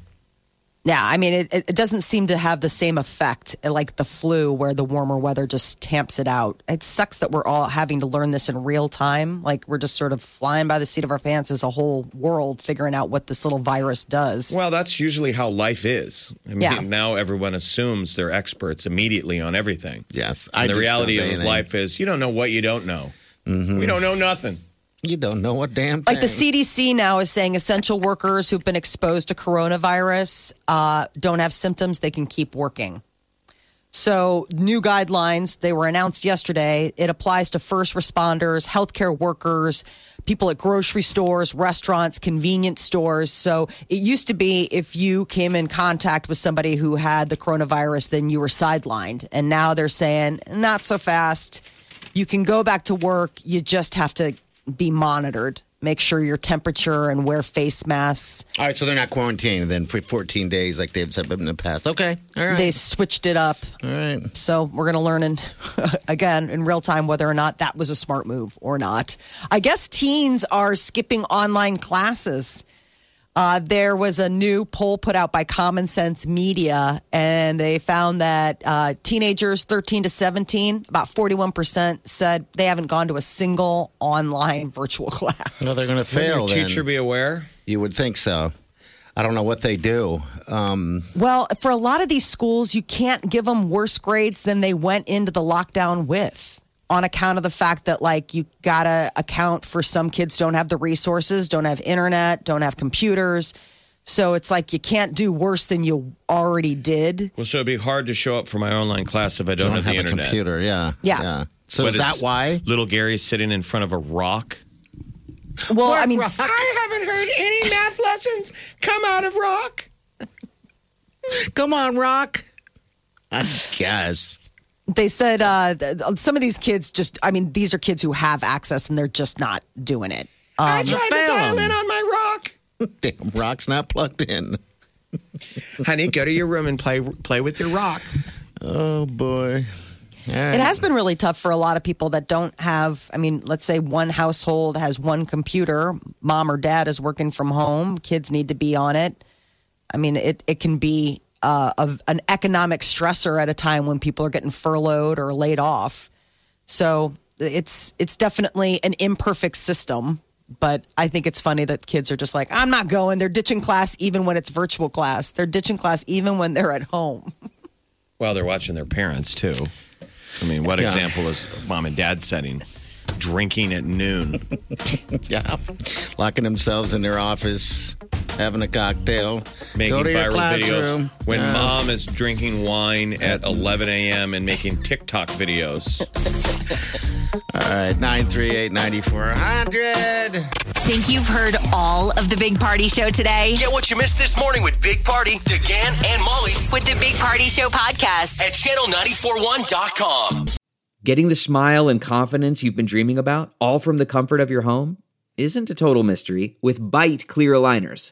S4: Yeah, I mean, it, it doesn't seem to have the same effect like the flu, where the warmer weather just tamps it out. It sucks that we're all having to learn this in real time. Like, we're just sort of flying by the seat of our pants as a whole world figuring out what this little virus does.
S5: Well, that's usually how life is. I mean,
S4: Yeah.
S5: now everyone assumes they're experts immediately on everything.
S6: Yes.
S5: And the
S6: just
S5: reality
S6: don't
S5: of
S6: say anything. Mm-hmm.
S5: life is you don't know what you don't know. We don't know nothing.
S6: You don't know what damn
S4: Like the
S6: thing.
S4: CDC now is saying essential workers who've been exposed to coronavirus uh, don't have symptoms, they can keep working. So, new guidelines, they were announced yesterday. It applies to first responders, healthcare workers, people at grocery stores, restaurants, convenience stores. So, it used to be if you came in contact with somebody who had the coronavirus, then you were sidelined. And now they're saying, not so fast. You can go back to work. You just have to be monitored. Make sure your temperature and wear face masks.
S6: All right, so they're not quarantined then for 14 days like they've said in the past. Okay. All right.
S4: They switched it up.
S6: All right.
S4: So we're going to learn in again in real time whether or not that was a smart move or not. I guess teens are skipping online classes. Uh, there was a new poll put out by Common Sense Media, and they found that uh, teenagers 13 to 17, about 41% said they haven't gone to a single online virtual class.
S6: No, they're going to fail then.
S5: Teacher, be aware.
S6: you would think so. I don't know what they do. Um,
S4: Well, for a lot of these schools, you can't give them worse grades than they went into the lockdown with on account of the fact that like you got to account for some kids don't have the resources, don't have internet, don't have computers. So it's like you can't do worse than you already did.
S5: Well, so it'd be hard to show up for my online class if I
S6: I
S5: don't,
S6: don't
S5: have,
S6: have
S5: the
S6: a
S5: internet.
S6: computer. Yeah.
S4: Yeah.
S6: So
S5: But
S6: is that
S5: it's-
S6: why?
S5: Little Gary's sitting in front of a rock.
S4: Well, I mean,
S5: haven't heard any math lessons come out of rock.
S6: Come on, Rock. I guess.
S4: they said uh, th- some of these kids just, I mean, these are kids who have access and they're just not doing it.
S5: I tried
S6: fail him.
S5: on my rock.
S6: Damn, Rock's not plugged in.
S5: Honey, go to your room and play play with your rock.
S6: Oh, boy. All right.
S4: It has been really tough for a lot of people that don't have, I mean, let's say one household has one computer, mom or dad is working from home, kids need to be on it. I mean, it, it can be uh, of an economic stressor at a time when people are getting furloughed or laid off. So it's it's definitely an imperfect system, but I think it's funny that kids are just like, I'm not going. They're ditching class even when it's virtual class. They're ditching class even when they're at home.
S5: Well, they're watching their parents too. I mean, what
S6: Yeah.
S5: example is mom and dad setting? Drinking at noon.
S6: Yeah. Locking themselves in their office, having a cocktail,
S5: making
S6: go to your
S5: viral
S6: classroom.
S5: videos when
S6: Yeah.
S5: mom is drinking wine at 11 a.m. and making TikTok videos.
S6: All right, 938 9400.
S3: Think you've heard all of the Big Party Show today?
S2: Get what you missed this morning with Big Party, DeGan, and Molly
S3: With the Big Party Show podcast.
S2: at channel941.com.
S9: Getting the smile and confidence you've been dreaming about, all from the comfort of your home, isn't a total mystery with bite clear aligners.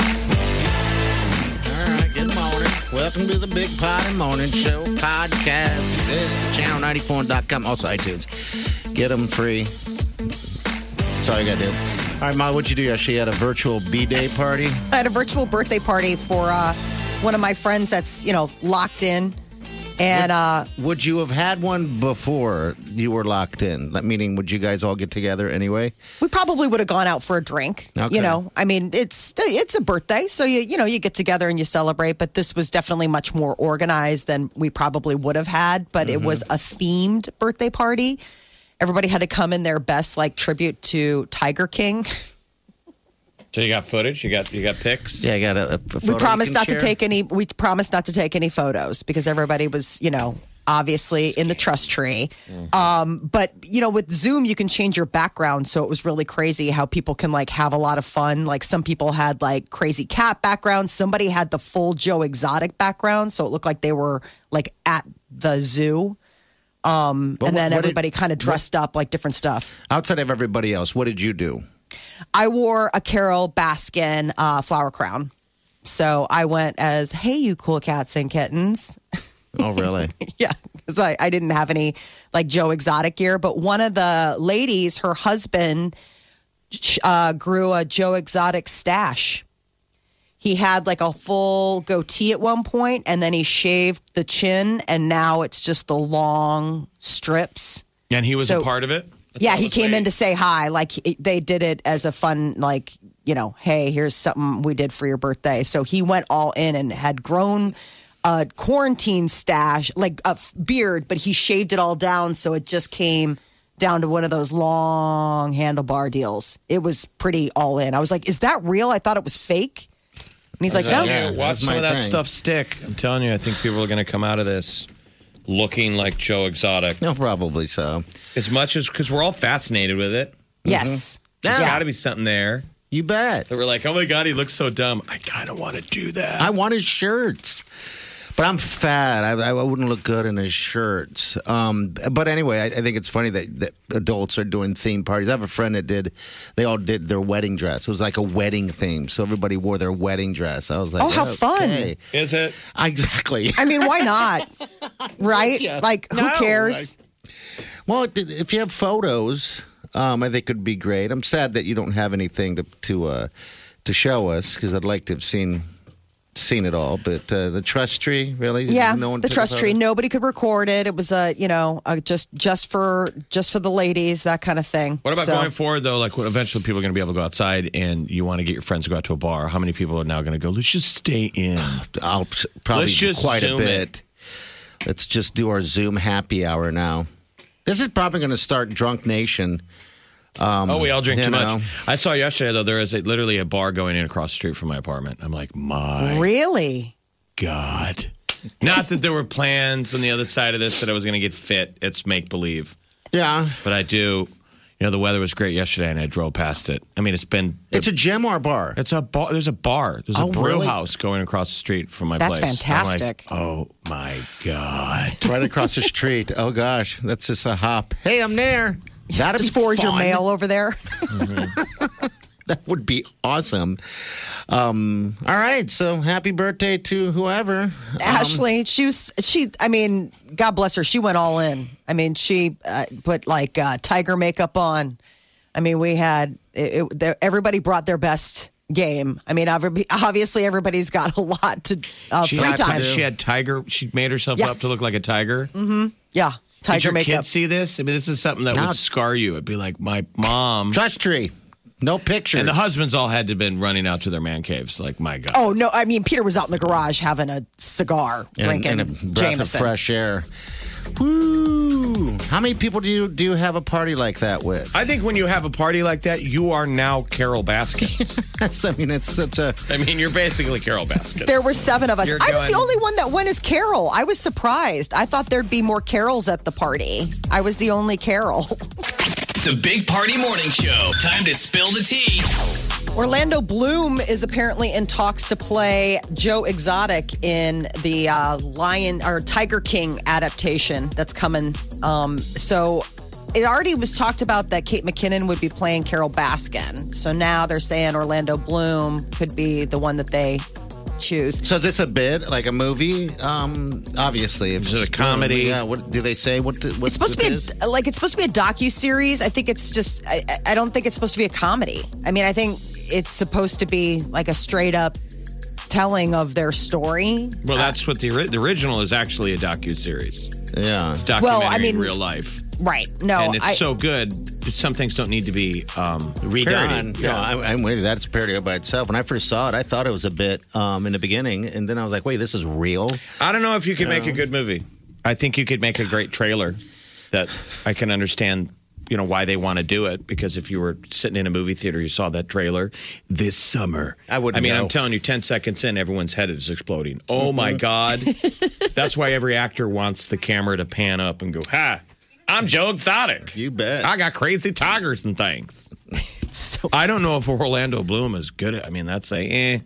S6: right, good morning. Welcome to the Big Party Morning Show podcast. This is channel94.com. Also iTunes. Get them free. That's all you got to do. All right, Ma, what'd you do yesterday? You had a virtual B-Day party?
S4: I had a virtual birthday party for uh, one of my friends that's, you know, locked in. And uh,
S6: Would you have had one before you were locked in? That Meaning, would you guys all get together anyway?
S4: we probably would have gone out for a drink.
S6: Okay.
S4: You know, I mean, it's it's a birthday, so you you know you get together and you celebrate. But this was definitely much more organized than we probably would have had. But it was a themed birthday party. Everybody had to come in their best, like tribute to Tiger King.
S5: So you got footage? You got you got pics?
S6: Yeah, I got a, a photo
S4: we
S6: you
S4: promised
S6: can
S4: not
S6: share?
S4: to take any. We promised not to take any photos because everybody was, you know, obviously in the trust tree.
S6: Mm-hmm.
S4: Um, but you know, with Zoom, you can change your background, so it was really crazy how people can like have a lot of fun. Like some people had like crazy cat backgrounds. Somebody had the full Joe Exotic background, so it looked like they were like at the zoo. Um,
S6: But
S4: and then
S6: what- what did-
S4: everybody kind of dressed up like different stuff.
S6: Outside of everybody else, what did you do?
S4: I wore a Carol Baskin uh, flower crown. So I went as, hey, you cool cats and kittens.
S6: Oh, really?
S4: yeah. Because I, I didn't have any like Joe Exotic gear. But one of the ladies, her husband, sh- uh, grew a Joe Exotic stash. He had like a full goatee at one point and then he shaved the chin and now it's just the long strips.
S5: And he was a
S4: So-
S5: part of it? That's
S4: Yeah,
S5: all
S4: he
S5: this
S4: came
S5: way.
S4: in to say hi. Like he- they did it as a fun, like you know, hey, here's something we did for your birthday. So he went all in and had grown a quarantine stash, like a f- beard, but he shaved it all down, so it just came down to one of those long handlebar deals. It was pretty all in. I was like, is that real? I thought it was fake. And he's like, no,
S6: Yeah,
S5: Yeah, watch
S6: that's
S5: some
S6: my
S5: of that
S6: thing.
S5: stuff stick. I'm telling you, I think people are going to come out of this looking like Joe Exotic.
S6: No, probably so.
S5: As much as, because we're all fascinated with it.
S4: yes.
S5: There's
S6: Yeah.
S5: got to Mm-hmm. be something there
S6: You bet.
S5: that we're like, oh my God, he looks so dumb. I kind of want to do that.
S6: I wanted shirts. But I'm fat. I, I wouldn't look good in a shirt. Um, but anyway, I, I think it's funny that, that adults are doing theme parties. I have a friend that did, they all did their wedding dress. It was like a wedding theme. So everybody wore their wedding dress. I was like,
S4: Oh, how fun.
S6: okay.
S5: Is it?
S6: Exactly.
S4: I mean, why not? Right? Like, who
S6: No,
S4: cares?
S6: Well, it- if you have photos, um, I think it would be great. I'm sad that you don't have anything to to uh, to show us because I'd like to have seen seen it all. But uh, the trust tree, really?
S4: Yeah,
S6: No one
S4: the
S6: took a
S4: trust tree.
S6: photo?
S4: Nobody could record it. It was a you know a just just for just for the ladies that kind of thing.
S5: What about
S4: So,
S5: going forward though? Like, what eventually people are going to be able to go outside, and you want to get your friends to go out to a bar. How many people are now going to go? Let's just stay in.
S6: I'll s- probably
S5: Let's just
S6: quite a
S5: zoom
S6: bit.
S5: it.
S6: Let's just do our Zoom happy hour now. This is probably going to start Drunk Nation.
S5: oh, we all drink
S6: Um, you
S5: too
S6: know.
S5: much. I saw yesterday though there is a, literally a bar going in across the street from my apartment. I'm like, my
S4: Really?
S5: God. Not that there were plans on the other side of this that I was going to get fit. It's make believe,
S6: Yeah,
S5: but I do. You know, the weather was great yesterday, and I drove past it. I mean, it's been
S6: it's a gym or bar.
S5: It's a bar. There's a bar. There's
S6: Oh,
S5: a brew
S6: really?
S5: house going across the street from my
S4: That's
S5: place. I'm like,
S4: fantastic.
S5: oh my god!
S6: right across the street. Oh gosh, that's just a hop. Hey, I'm there. That'd
S4: Just
S6: be
S4: forward your
S6: fun.
S4: mail over there.
S6: That would be awesome. Um, all right, so happy birthday to whoever.
S4: Ashley, she was she. I mean, God bless her. She went all in. I mean, she uh, put like uh, tiger makeup on. I mean, we had it, it, there, everybody brought their best game. I mean, obvi- obviously everybody's got a lot to uh, free
S5: had,
S4: time.
S5: She had tiger. She made herself
S4: Yeah.
S5: up to look like a tiger.
S4: Yeah,
S5: Did
S4: tiger
S5: your
S4: makeup.
S5: kids see this? I mean, this is something that
S6: No.
S5: would scar you. It'd be like my mom
S6: Trust tree, no pictures.
S5: and the husbands all had to have been running out to their man caves. Like my god.
S4: Oh no! I mean, Peter was out in the garage having a cigar,
S6: and,
S4: drinking
S6: and a breath
S4: Jameson.
S6: of fresh air. Woo! How many people do you do you have a party like that with?
S5: I think when you have a party like that, you are now Carol Baskin.
S6: That's, I mean, it's such a
S5: I mean, you're basically Carol Baskin.
S4: There were seven of us.
S5: You're
S4: I was the
S5: going-
S4: only one that went as Carol. I was surprised. I thought there'd be more Carols at the party. I was the only Carol.
S2: The Big Party Morning Show. Time to spill the tea.
S4: Orlando Bloom is apparently in talks to play Joe Exotic in the uh, Lion or Tiger King adaptation that's coming. Um, so it already was talked about that Kate McKinnon would be playing Carol Baskin. So now they're saying Orlando Bloom could be the one that they choose.
S6: So is this a bid, like a movie? Um, obviously, if
S5: Is it a comedy?
S6: yeah. What do they say? What the,
S4: It's supposed to be a, like it's supposed to be a docu series. I think it's just I, I- I don't think it's supposed to be a comedy. I mean, I think it's supposed to be like a straight up telling of their story.
S5: Well, that's what the, ori- the original is actually a docu series.
S6: be yeah.
S5: It's documentary
S4: Well, I
S5: in
S4: mean-
S5: real life,
S4: Right. No,
S5: and it's
S4: I,
S5: so good. Some things don't need to be um,
S6: Parody.
S5: redone.
S6: No, I'm, I'm with you. That's parody by itself. When I first saw it, I thought it was a bit um, in the beginning, and then I was like, "Wait, this is real."
S5: I don't know if you could make a good movie. I think you could make a great trailer that I can understand, you know, why they want to do it. Because if you were sitting in a movie theater, you saw that trailer this summer.
S6: I wouldn't
S5: I mean,
S6: know. Mm-hmm.
S5: I'm telling you, 10 seconds in, everyone's head is exploding. Oh my God. That's why every actor wants the camera to pan up and go, ha, I'm Joe Exotic.
S6: You bet.
S5: I got crazy tigers and things. I don't know if Orlando Bloom is good at I mean, that's a eh.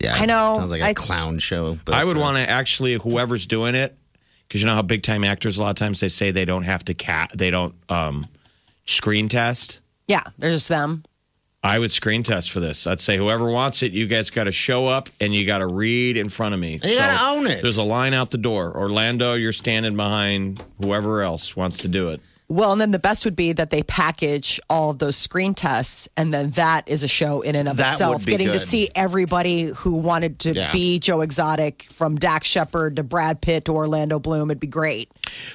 S6: yeah,
S4: I know.
S6: Sounds like a
S4: I-
S6: clown show. But,
S5: I would
S6: uh,
S5: want to actually whoever's doing it, because you know how big time actors a lot of times they say they don't have to cat, they don't um, screen test.
S4: yeah, they're just them.
S5: I would screen test for this. I'd say whoever wants it, you guys got to show up and you got to read in front of me.
S6: You gotta own it.
S5: There's a line out the door. Orlando, you're standing behind whoever else wants to do it.
S4: Well, and then the best would be that they package all of those screen tests, and then that is a show in and of
S6: That
S4: itself.
S6: would be
S4: Getting to
S6: good.
S4: see everybody who wanted to
S6: Yeah.
S4: be Joe Exotic, from Dak Shepard to Brad Pitt to Orlando Bloom, it'd be great.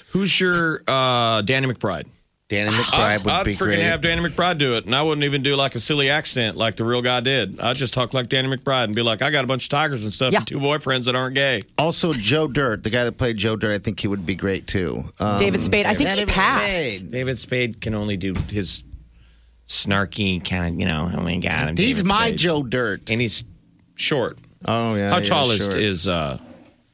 S5: Who's your uh, Danny McBride?
S6: Danny McBride would
S5: I'd
S6: be
S5: freaking
S6: great.
S5: have Danny McBride do it, and I wouldn't even do like a silly accent like the real guy did. I'd just talk like Danny McBride and be like, "I got a bunch of tigers and stuff,
S4: Yeah.
S5: and two boyfriends that aren't gay."
S6: also, Joe Dirt, the guy that played Joe Dirt, I think he would be great too. Um,
S4: David Spade, I think he
S6: David
S4: passed.
S6: Spade.
S5: David Spade can only do his snarky kind of, you know, oh my god, I'm
S6: He's
S5: David
S6: my
S5: Spade.
S6: Joe Dirt.
S5: and he's short.
S6: Oh yeah.
S5: How
S6: yeah,
S5: tall is
S6: short.
S5: is uh,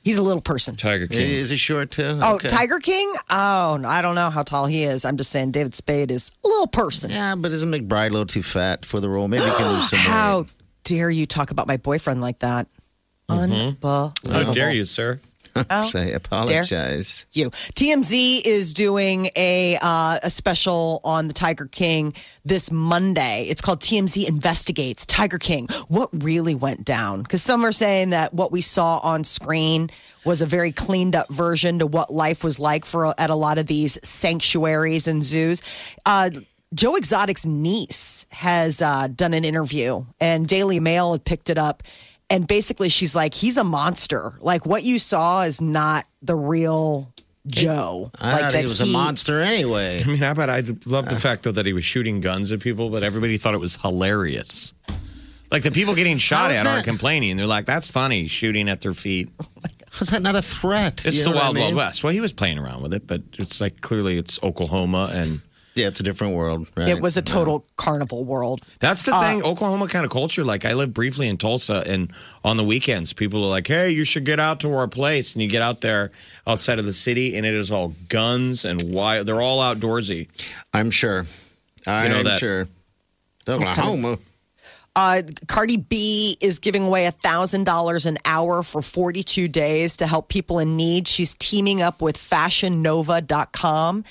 S4: He's a little person.
S5: Tiger King?
S6: Is he short too?
S4: Oh,
S6: Okay.
S4: Tiger King? Oh, no, I don't know how tall he is. I'm just saying David Spade is a little person.
S6: Yeah, but isn't McBride a little too fat for the role? Maybe he can lose some
S4: How
S6: weight.
S4: dare you talk about my boyfriend like that?
S6: Mm-hmm.
S4: Unbelievable.
S5: How dare you, sir?
S6: So I apologize.
S4: you. TMZ is doing a uh, a special on the Tiger King this Monday. It's called TMZ Investigates Tiger King. What really went down? Because some are saying that what we saw on screen was a very cleaned up version to what life was like for at a lot of these sanctuaries and zoos. Uh, Joe Exotic's niece has uh, done an interview, and Daily Mail had picked it up. And basically, she's like, he's a monster. Like, what you saw is not the real Joe.
S6: I
S4: like,
S6: thought he was a monster
S5: I
S6: anyway.
S5: mean, I bet I love the fact though that he was shooting guns at people, but everybody thought it was hilarious. Like the people getting shot
S6: How is
S5: at aren't
S6: that?
S5: complaining. They're like, "That's funny," shooting at their feet.
S6: Was that not a threat?
S5: It's
S6: You
S5: the
S6: know what I
S5: Wild Wild
S6: mean?
S5: West. Well, he was playing around with it, but it's like clearly it's Oklahoma, and
S6: Yeah, it's a different world. Right?
S4: It was a total carnival world.
S5: that's
S6: Uh,
S5: the thing. Oklahoma kind of culture. Like I lived briefly in Tulsa, and on the weekends, people are like, "Hey, you should get out to our place," and you get out there outside of the city, and it is all guns and wild. They're all outdoorsy.
S6: I'm sure. I'm
S5: know that.
S6: sure. Oklahoma.
S4: Uh, Cardi B is giving away $1,000 an hour for 42 days to help people in need. She's teaming up with fashionnova.com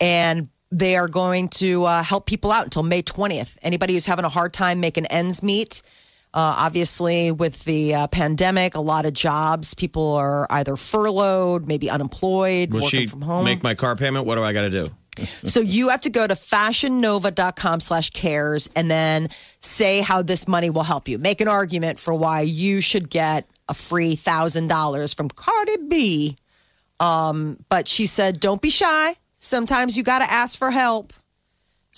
S4: and they are going to uh, help people out until May 20th. Anybody who's having a hard time making ends meet, uh, obviously, with the uh, pandemic, a lot of jobs, people are either furloughed, maybe unemployed,
S5: Will
S4: working
S5: she
S4: from home.
S5: make my car payment? What do I got to do?
S4: So you have to go to fashionnova.com slash cares and then say how this money will help you. Make an argument for why you should get a free thousand dollars from Cardi B. Um, but she said, don't be shy. Sometimes you got to ask for help.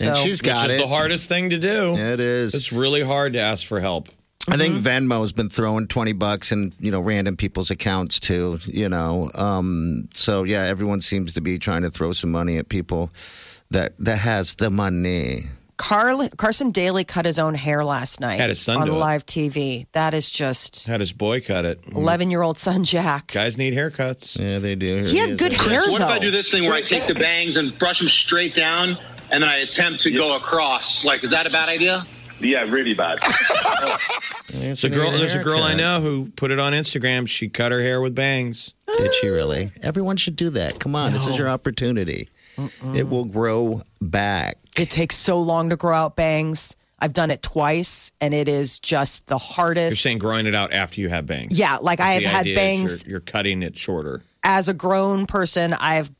S6: and
S4: So-
S6: she's got
S5: Which
S6: it.
S5: is the hardest thing to do.
S6: it is.
S5: It's really hard to ask for help.
S6: I think Venmo's been throwing twenty bucks in you know random people's accounts too. You know, um, so yeah, everyone seems to be trying to throw some money at people that that has the money.
S4: Carl, Carson Daly cut his own hair last night
S5: Had his son
S4: on
S5: do it.
S4: live TV. That is just
S5: Had his boy cut it.
S4: 11 year old son Jack.
S5: Guys need haircuts.
S6: Yeah, they do. Here
S4: He had
S6: is.
S4: good hair
S10: What if I
S4: though.
S10: do this thing where I take the bangs and brush them straight down, and then I attempt to go across? Like, is that a bad idea?
S11: Yeah, really bad.
S6: It's
S5: There's a girl.
S6: good
S5: There's a girl I
S6: haircut.
S5: know who put it on Instagram. She cut her hair with bangs.
S6: Did she really? Everyone should do that. Come on, this is your opportunity. It will grow back.
S4: It takes so long to grow out bangs. I've done it twice, and it is just the
S5: You're
S4: hardest.
S5: saying growing it out after you have bangs.
S4: Yeah, like I have
S5: The
S4: had
S5: idea is
S4: bangs.
S5: You're, you're cutting it shorter.
S4: As a grown person, I've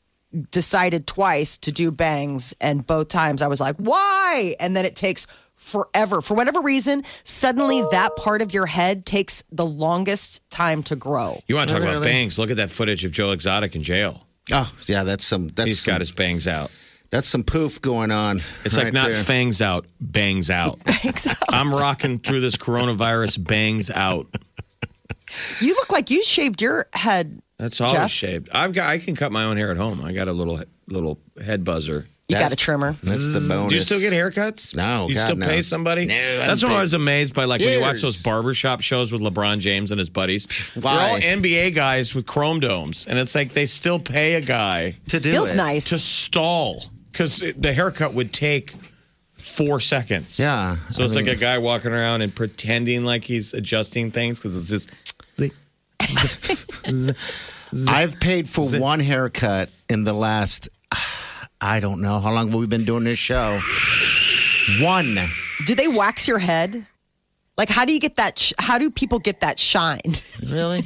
S4: decided twice to do bangs, and both times I was like, why? And then it takes forever. For whatever reason, suddenly that part of your head takes the longest time to grow.
S5: You want to talk about bangs? Look at that footage of Joe Exotic in jail.
S6: Oh yeah, that's some. That's
S5: He's
S6: some,
S5: got his bangs out.
S6: That's some poof going on.
S5: It's like
S6: right
S5: not
S6: there.
S5: fangs out, bangs out. I'm rocking through this coronavirus bangs out.
S4: You look like you shaved your head.
S5: That's all
S4: Jeff?
S5: shaved. I've got. I can cut my own hair at home. I got a little little head buzzer.
S4: You got a trimmer.
S6: That's the bonus.
S5: Do you still get haircuts?
S6: No,
S5: You
S6: God,
S5: still
S6: no.
S5: pay somebody?
S6: No, I
S5: That's
S6: don't
S5: what I
S6: pay-
S5: was amazed by. Like when you watch
S6: Years.
S5: those barbershop shows with LeBron James and his buddies, they're
S6: Why?
S5: all NBA guys with chrome domes, and it's like they still pay a guy
S6: to do?
S4: Feels
S6: it.
S4: nice.
S5: to stall because the haircut would take four seconds.
S6: Yeah,
S5: So
S6: I
S5: it's
S6: mean-
S5: like a guy walking around and pretending like he's adjusting things because it's just
S6: I've paid for one haircut in the last, I don't know how long we've been doing this show. One.
S4: Do they wax your head? Like, how do you get that? Sh- how do people get that shine?
S6: Really?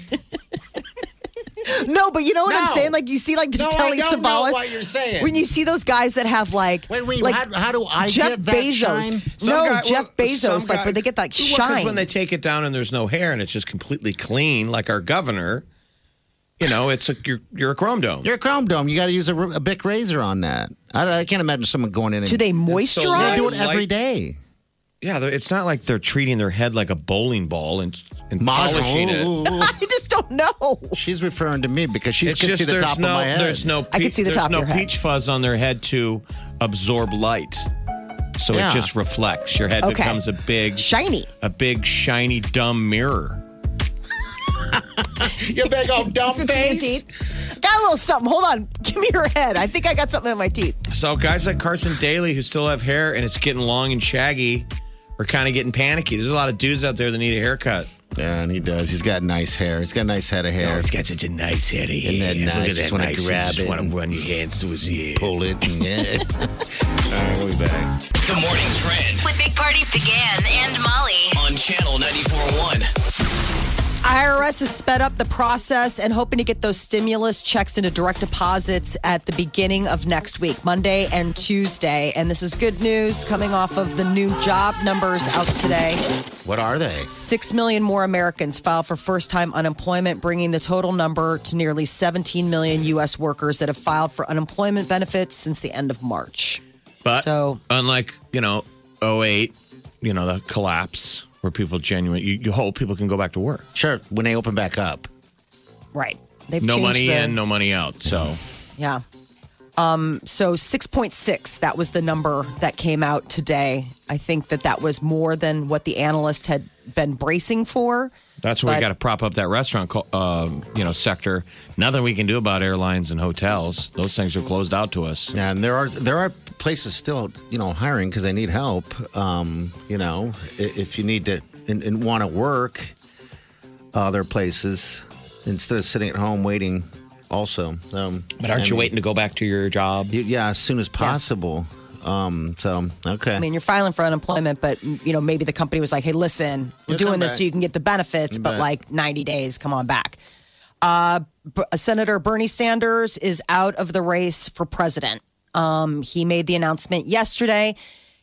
S4: no, but you know what I'm
S6: No.
S4: saying. Like, you see, like the
S6: No, I
S4: Telly
S6: don't know
S4: Savalas.
S6: what you're saying.
S4: When you see those guys that have like,
S6: Wait, wait,
S4: like
S6: how- how do I
S4: Jeff
S6: get that
S4: Bezos?
S6: shine?
S4: No,
S5: guy-
S4: Jeff
S5: well,
S4: Bezos.
S5: some
S4: like,
S5: guy-
S4: where they get that
S5: Well, 'cause
S4: shine.
S5: when they take it down and there's no hair and it's just completely clean, like our governor, you know, it's a, you're, you're a chrome dome.
S6: You're a chrome dome. You got to use a, r- a Bic razor on that. I, I can't imagine someone going in and
S4: do they
S5: so light.
S6: They
S4: moisturize?
S6: do
S5: They
S6: it every day.
S5: yeah, they're- it's not like they're treating their head like a bowling ball and, and polishing it.
S4: I just don't know.
S6: She's referring to me because she
S5: It's
S6: can
S5: just
S6: see the
S5: there's
S6: top
S5: no
S6: of my head.
S5: there's no
S4: I can
S5: pe-
S4: see the
S5: there's
S4: top of
S5: no
S4: your head.
S5: peach fuzz on their head to absorb light, so
S6: Yeah.
S5: it just reflects. Your head
S4: Okay.
S5: becomes a big
S4: Shiny.
S5: a big shiny dumb mirror.
S6: Your big old dumb
S4: You can see your teeth. Got a little something. Hold on. Give me your head. I think I got something in my teeth.
S5: So guys like Carson Daly who still have hair and it's getting long and shaggy are kind of getting panicky. There's a lot of dudes out there that need a haircut.
S6: Yeah, and he does. He's got nice hair. He's got a nice head of hair.
S5: got such a nice head of
S6: Isn't that nice? Just wanna grab it and
S5: run your hands through his ear.
S6: Pull it. and- yeah. All right, we'll be back.
S2: The morning trend
S3: With Big Party began and Molly.
S2: on channel 94.1.
S4: IRS has sped up the process and hoping to get those stimulus checks into direct deposits at the beginning of next week, Monday and Tuesday. And this is good news coming off of the new job numbers out today.
S6: What are they?
S4: Six million more Americans filed for first time unemployment, bringing the total number to nearly 17 million U.S. workers that have filed for unemployment benefits since the end of March.
S5: But
S4: So-
S5: unlike, you know, 08, you know, the collapse where people genuine you, you hope people can go back to work.
S6: Sure, when they open back up.
S4: Right. They've
S5: No
S4: changed
S5: money
S4: the-
S5: in, no money out. So
S4: Yeah. Um, so 6.6, that was the number that came out today. I think that that was more than what the analyst had been bracing for.
S5: that's where we got
S4: But-
S5: to prop up that restaurant, co- um, you know, sector. Nothing we can do about airlines and hotels. Those things are closed out to us.
S6: And there are there are places still, you know, hiring because they need help. Um, you know, i- if you need to and, and want to work, uh, there are places instead of sitting at home waiting. Also, um,
S5: But aren't
S6: I
S5: you
S6: mean,
S5: waiting to go back to your job?
S6: y- Yeah, as soon as possible. Um, so okay,
S4: I mean, you're filing for unemployment, but you know, maybe the company was like, "Hey, listen, we're
S6: You'll
S4: doing
S6: come
S4: this
S6: back.
S4: so you can get the benefits, but
S6: bet.
S4: like 90 days, come on back." Uh, B- Senator Bernie Sanders is out of the race for president. Um, he made the announcement yesterday.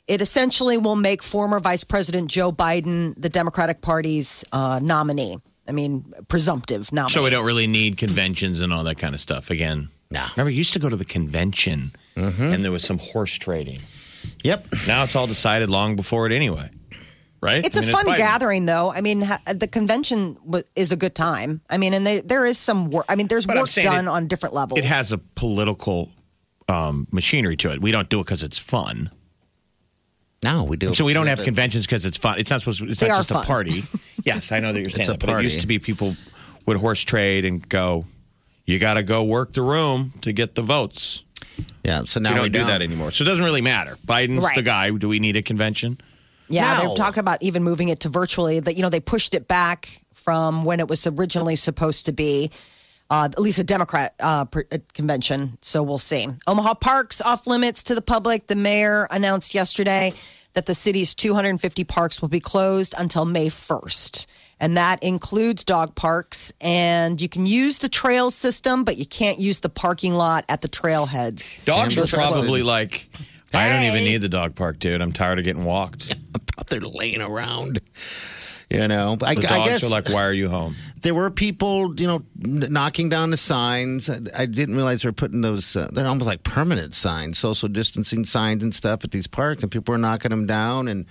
S4: It essentially will make former Vice President Joe Biden the Democratic Party's uh, nominee. I mean, presumptive nominee.
S5: So we don't really need conventions and all that kind of stuff again.
S6: No.
S5: Remember, you used to go to the convention and there was some horse trading.
S6: yep.
S5: Now it's all decided long before it anyway, right?
S4: It's
S5: I
S4: a
S5: mean,
S4: fun
S5: Biden.
S4: gathering, though. I mean, ha- the convention w- is a good time. I mean, and they, there is some work. I mean, there's
S5: But I'm
S4: work
S5: saying
S4: done
S5: it-
S4: on different levels.
S5: It has a political um, machinery to it. We don't do it because it's fun.
S6: No, we do.
S5: So we don't have conventions because it's fun. It's not supposed. To, it's
S4: They
S5: not
S4: are
S5: just
S4: fun.
S5: a party. yes, I know that you're saying
S6: It's a
S5: that, but it used
S6: party.
S5: to be people would horse trade and go. You got to go work the room to get the votes.
S6: Yeah, so now
S5: We
S6: we
S5: don't do that anymore. So it doesn't really matter. Biden's
S4: Right.
S5: the guy. Do we need a convention?
S4: Yeah,
S6: No.
S4: they're talking about even moving it to virtually. That you know they pushed it back from when it was originally supposed to be. Uh, at least a Democrat uh, pr- uh, convention. So we'll see. Omaha parks off limits to the public. The mayor announced yesterday that the city's 250 parks will be closed until May 1st. And that includes dog parks. And you can use the trail system, but you can't use the parking lot at the trailheads.
S5: Dogs are
S4: Those closed.
S5: probably like, I don't even
S4: Hey.
S5: need the dog park, dude. I'm tired of getting walked.
S6: They're laying around. You know, but I,
S5: the dogs
S6: I guess
S5: are like, why are you home?
S6: there were people, you know, kn- knocking down the signs. I, I didn't realize they were putting those, uh, they're almost like permanent signs, social distancing signs and stuff at these parks, and people were knocking them down and,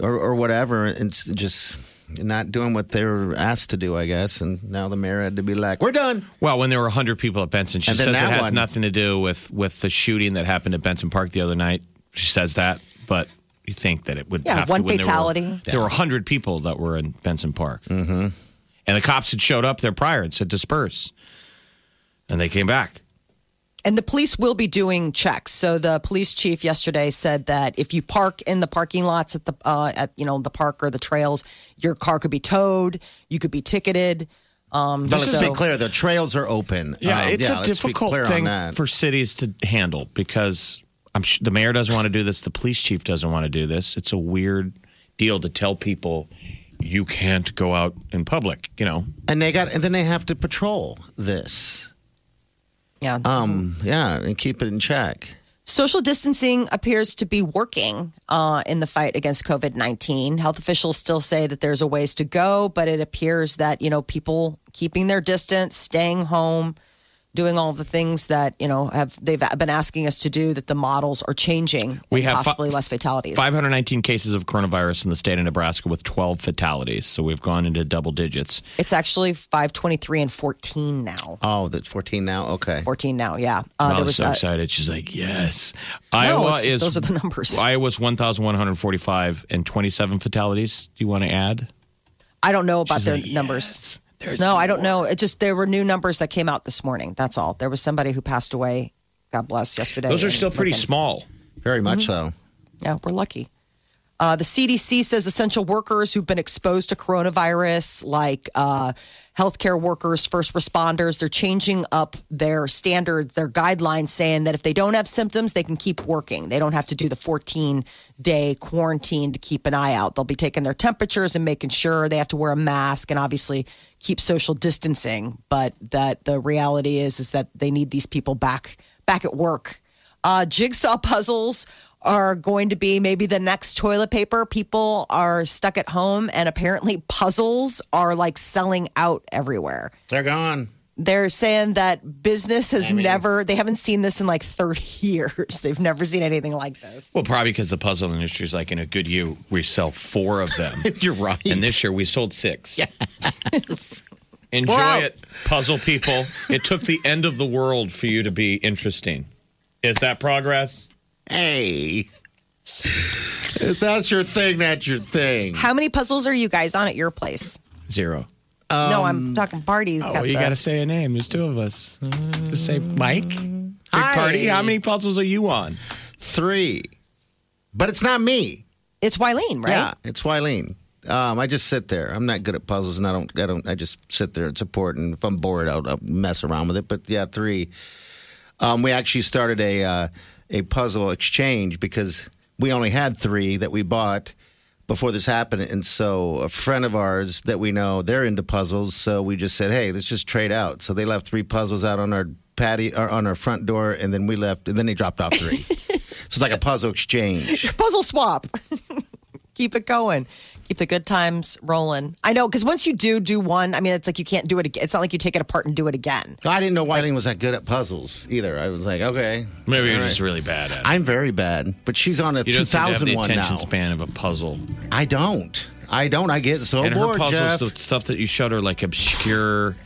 S6: or, or whatever, and s- just not doing what they were asked to do, I guess. And now the mayor had to be like, we're done.
S5: Well, when there were 100 people at Benson, she
S6: And then
S5: says it
S6: that
S5: has
S6: one.
S5: nothing to do with, with the shooting that happened at Benson Park the other night. She says that, but you think that it would
S4: Yeah,
S5: have
S4: one
S5: to, when There were,
S4: fatality.
S5: there were 100 people that were in Benson Park.
S6: Mm-hmm.
S5: And the cops had showed up there prior and said disperse. And they came back.
S4: And the police will be doing checks. So the police chief yesterday said that if you park in the parking lots at the uh, at you know the park or the trails, your car could be towed, you could be ticketed. Um,
S6: But let's
S4: so-
S6: be clear, the trails are open.
S5: Yeah,
S6: Um,
S5: it's a
S6: let's be
S5: difficult
S6: clear on
S5: thing
S6: that.
S5: for cities to handle because I'm sh- the mayor doesn't want to do this, the police chief doesn't want to do this. It's a weird deal to tell people you can't go out in public, you know.
S6: And they got, and then they have to patrol this.
S4: Yeah.
S6: Um. Yeah, and keep it in check.
S4: Social distancing appears to be working uh, in the fight against COVID 19. Health officials still say that there's a ways to go, but it appears that, you know, people keeping their distance, staying home, doing all the things that, you know, have they've been asking us to do, that the models are changing.
S5: We
S4: and
S5: have fi-
S4: possibly less fatalities.
S5: 519 cases of coronavirus in the state of Nebraska with 12 fatalities. So we've gone into double digits.
S4: It's actually 523 and 14 now.
S6: Oh, that's 14 now. Okay.
S4: 14 now, yeah.
S5: Molly's so
S4: uh,
S5: excited. She's like, yes.
S4: No,
S5: Iowa
S4: it's just
S5: is.
S4: those are the numbers.
S5: Iowa's 1,145 and 27 fatalities. Do you want to add?
S4: I don't know about
S5: She's
S4: their
S5: like,
S4: numbers. no, I don't know. It just there were new numbers that came out this morning. That's all. There was somebody who passed away. God bless yesterday.
S5: Those are
S4: and
S5: still pretty
S4: weekend.
S5: small.
S6: Very much
S5: Mm-hmm.
S6: so.
S4: Yeah, we're lucky. Uh, the CDC says essential workers who've been exposed to coronavirus, like uh, healthcare workers, first responders, they're changing up their standards, their guidelines, saying that if they don't have symptoms, they can keep working. They don't have to do the 14 day quarantine to keep an eye out. They'll be taking their temperatures and making sure they have to wear a mask and obviously keep social distancing. But that the reality is is that they need these people back back at work. Uh, jigsaw puzzles are going to be maybe the next toilet paper. People are stuck at home, and apparently, puzzles are like selling out everywhere.
S6: They're gone.
S4: They're saying that business has never, they haven't seen this in like 30 years. They've never seen anything like this.
S5: Well, probably because the puzzle industry is like in a good year, we sell four of them.
S6: You're right.
S5: And this year we sold six. Enjoy
S6: Wow.
S5: it, puzzle people. It took the end of the world for you to be interesting. Is that progress?
S6: Hey. If that's your thing, that's your thing.
S4: How many puzzles are you guys on at your place?
S5: Zero.
S4: no, I'm talking parties.
S5: Oh, you got to say a name. There's two of us. Just say
S6: Mm.
S5: Mike. Big party. How many puzzles are you on?
S6: Three. But it's not me.
S4: It's Wileen, right?
S6: Yeah, it's Wileen. Um, I just sit there. I'm not good at puzzles, and I don't. I don't. I just sit there and support. And if I'm bored, I'll, I'll mess around with it. But yeah, three. Um, we actually started a uh, a puzzle exchange because we only had three that we bought before this happened, and so a friend of ours that we know they're into puzzles, so we just said, hey, let's just trade out. So they left three puzzles out on our patio, or on our front door, and then we left, and then they dropped off three. so it's like a puzzle exchange.
S4: puzzle swap. Keep it going. Keep the good times rolling. I know, because once you do do one, I mean, it's like you can't do it again. It's not like you take it apart and do it again.
S6: I didn't know Whiting was that good at puzzles either. I was like, okay.
S5: Maybe you're
S6: All
S5: just
S6: right.
S5: really bad at it.
S6: I'm very bad, but she's on a
S5: you don't seem to have the
S6: 2001
S5: attention
S6: now.
S5: span of a puzzle.
S6: I don't. I don't. I get so
S5: and her
S6: bored,
S5: puzzles,
S6: Jeff.
S5: the stuff that you showed her, like obscure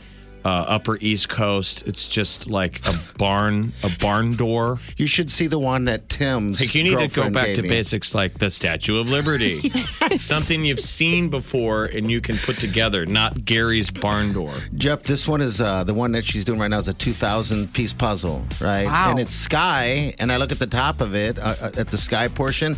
S5: uh, Upper East Coast. It's just like a barn, a barn door.
S6: you should see the one that Tim's.
S5: Like you need to go
S6: girlfriend
S5: back
S6: gave
S5: to
S6: me.
S5: basics, like the Statue of Liberty, something you've seen before and you can put together, not Gary's barn door.
S6: Jeff, this one is uh, the one that she's doing right now is a 2,000 piece puzzle, right?
S4: Wow.
S6: And it's sky, and I look at the top of it, uh, uh, at the sky portion,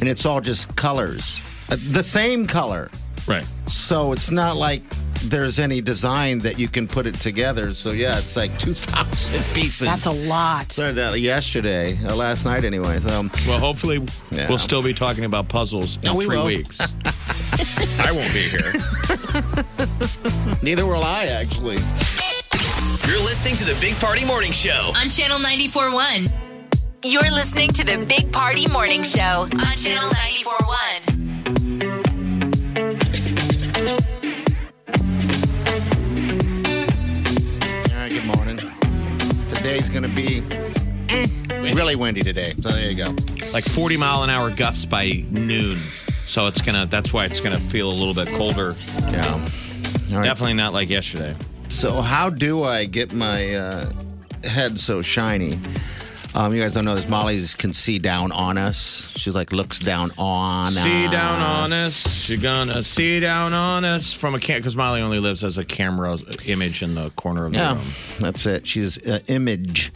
S6: and it's all just colors, uh, the same color.
S5: Right.
S6: So it's not like there's any design that you can put it together. So yeah, it's like two thousand pieces.
S4: That's a lot.
S6: Learned that yesterday, uh, last night, Um, anyway. So
S5: Well, hopefully,
S6: Yeah.
S5: we'll still be talking about puzzles in
S6: Oh, we
S5: three
S6: will.
S5: weeks. I won't be here.
S6: neither will I actually.
S2: You're listening to the Big Party Morning Show.
S3: on Channel 94.1. You're listening to the Big Party Morning Show on Channel 94.1.
S6: All right, good morning. Today's gonna be eh, really windy today. So there you go.
S5: Like 40 mile an hour gusts by noon. So it's gonna. That's why it's gonna feel a little bit colder.
S6: Yeah. All right.
S5: Definitely not like yesterday.
S6: So, how do I get my uh, head so shiny? Um, you guys don't know this. Molly can see down on us. She like looks down on.
S5: See
S6: us.
S5: down on us. You're gonna see down on us from a camera because Molly only lives as a camera image in the corner of the
S6: Yeah,
S5: room.
S6: that's it. She's uh, image.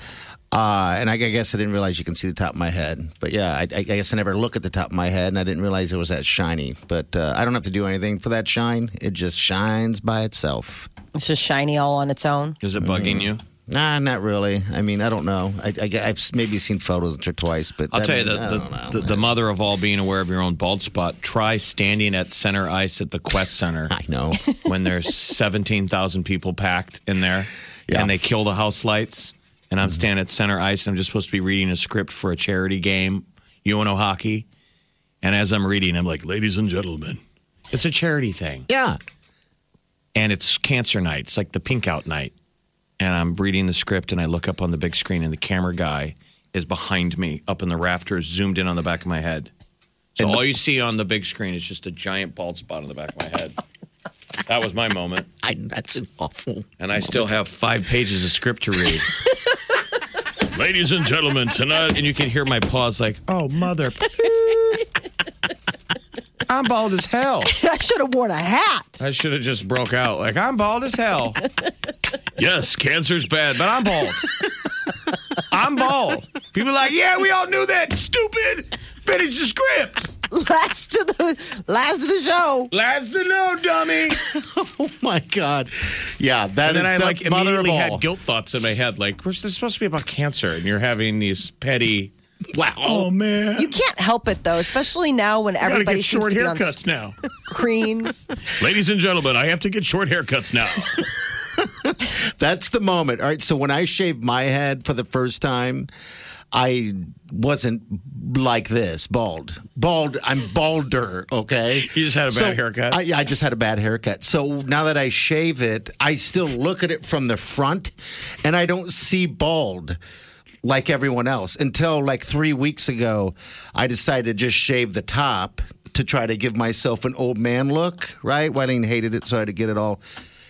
S6: Uh, and I, I guess I didn't realize you can see the top of my head. But yeah, I, I guess I never look at the top of my head, and I didn't realize it was that shiny. But uh, I don't have to do anything for that shine. It just shines by itself.
S4: It's just shiny all on its own.
S5: Is it bugging
S6: Mm-hmm.
S5: you?
S6: Nah, not really. I mean, I don't know. I, have maybe seen photos once or twice, but
S5: I'll
S6: I
S5: tell you
S6: mean, I
S5: the
S6: don't know.
S5: the, the, the mother of all being aware of your own bald spot. Try standing at center ice at the Quest Center
S6: I know.
S5: when there's seventeen thousand people packed in there,
S6: Yeah. Mm-hmm.
S5: and they kill the house lights. And I'm standing at center ice. And I'm just supposed to be reading a script for a charity game, UNO hockey. And as I'm reading, I'm like, ladies and gentlemen, it's a charity thing.
S6: Yeah.
S5: and it's cancer night. It's like the pink out night. And I'm reading the script and I look up on the big screen and the camera guy is behind me up in the rafters, zoomed in on the back of my head. So all you see on the big screen is just a giant bald spot on the back of my head. That was my moment.
S6: I, that's an awful.
S5: And I still have five pages of script to read. Ladies and gentlemen, tonight. And you can hear my paws like, oh, mother. I'm bald as hell.
S4: I should have worn a hat.
S5: I should have just broke out. Like, I'm bald as hell. yes, cancer's bad, but I'm bald. I'm bald. People are like, yeah, we all knew that. Stupid. Finish the script.
S4: Last to the last of the show.
S5: Last to know, dummy.
S6: Oh my god. Yeah,
S5: And
S6: that is
S5: then I
S6: the
S5: like
S6: mother
S5: immediately
S6: of all.
S5: had guilt thoughts in my head. Like, this is supposed to be about cancer, and you're having these petty.
S6: Wow.
S5: Oh, man.
S4: You can't help it though, especially now when
S5: I gotta
S4: everybody
S5: get
S4: seems
S5: short
S4: to be on
S5: haircuts now.
S4: screens.
S5: Ladies and gentlemen, I have to get short haircuts now.
S6: That's the moment. All right. So when I shaved my head for the first time, I wasn't like this bald. Bald. I'm balder. Okay.
S5: You just had a bad haircut?
S6: I, I just had a bad haircut. So now that I shave it, I still look at it from the front, and I don't see bald. Like everyone else, until like three weeks ago, I decided to just shave the top to try to give myself an old man look, right? Wileen hated it, so I had to get it all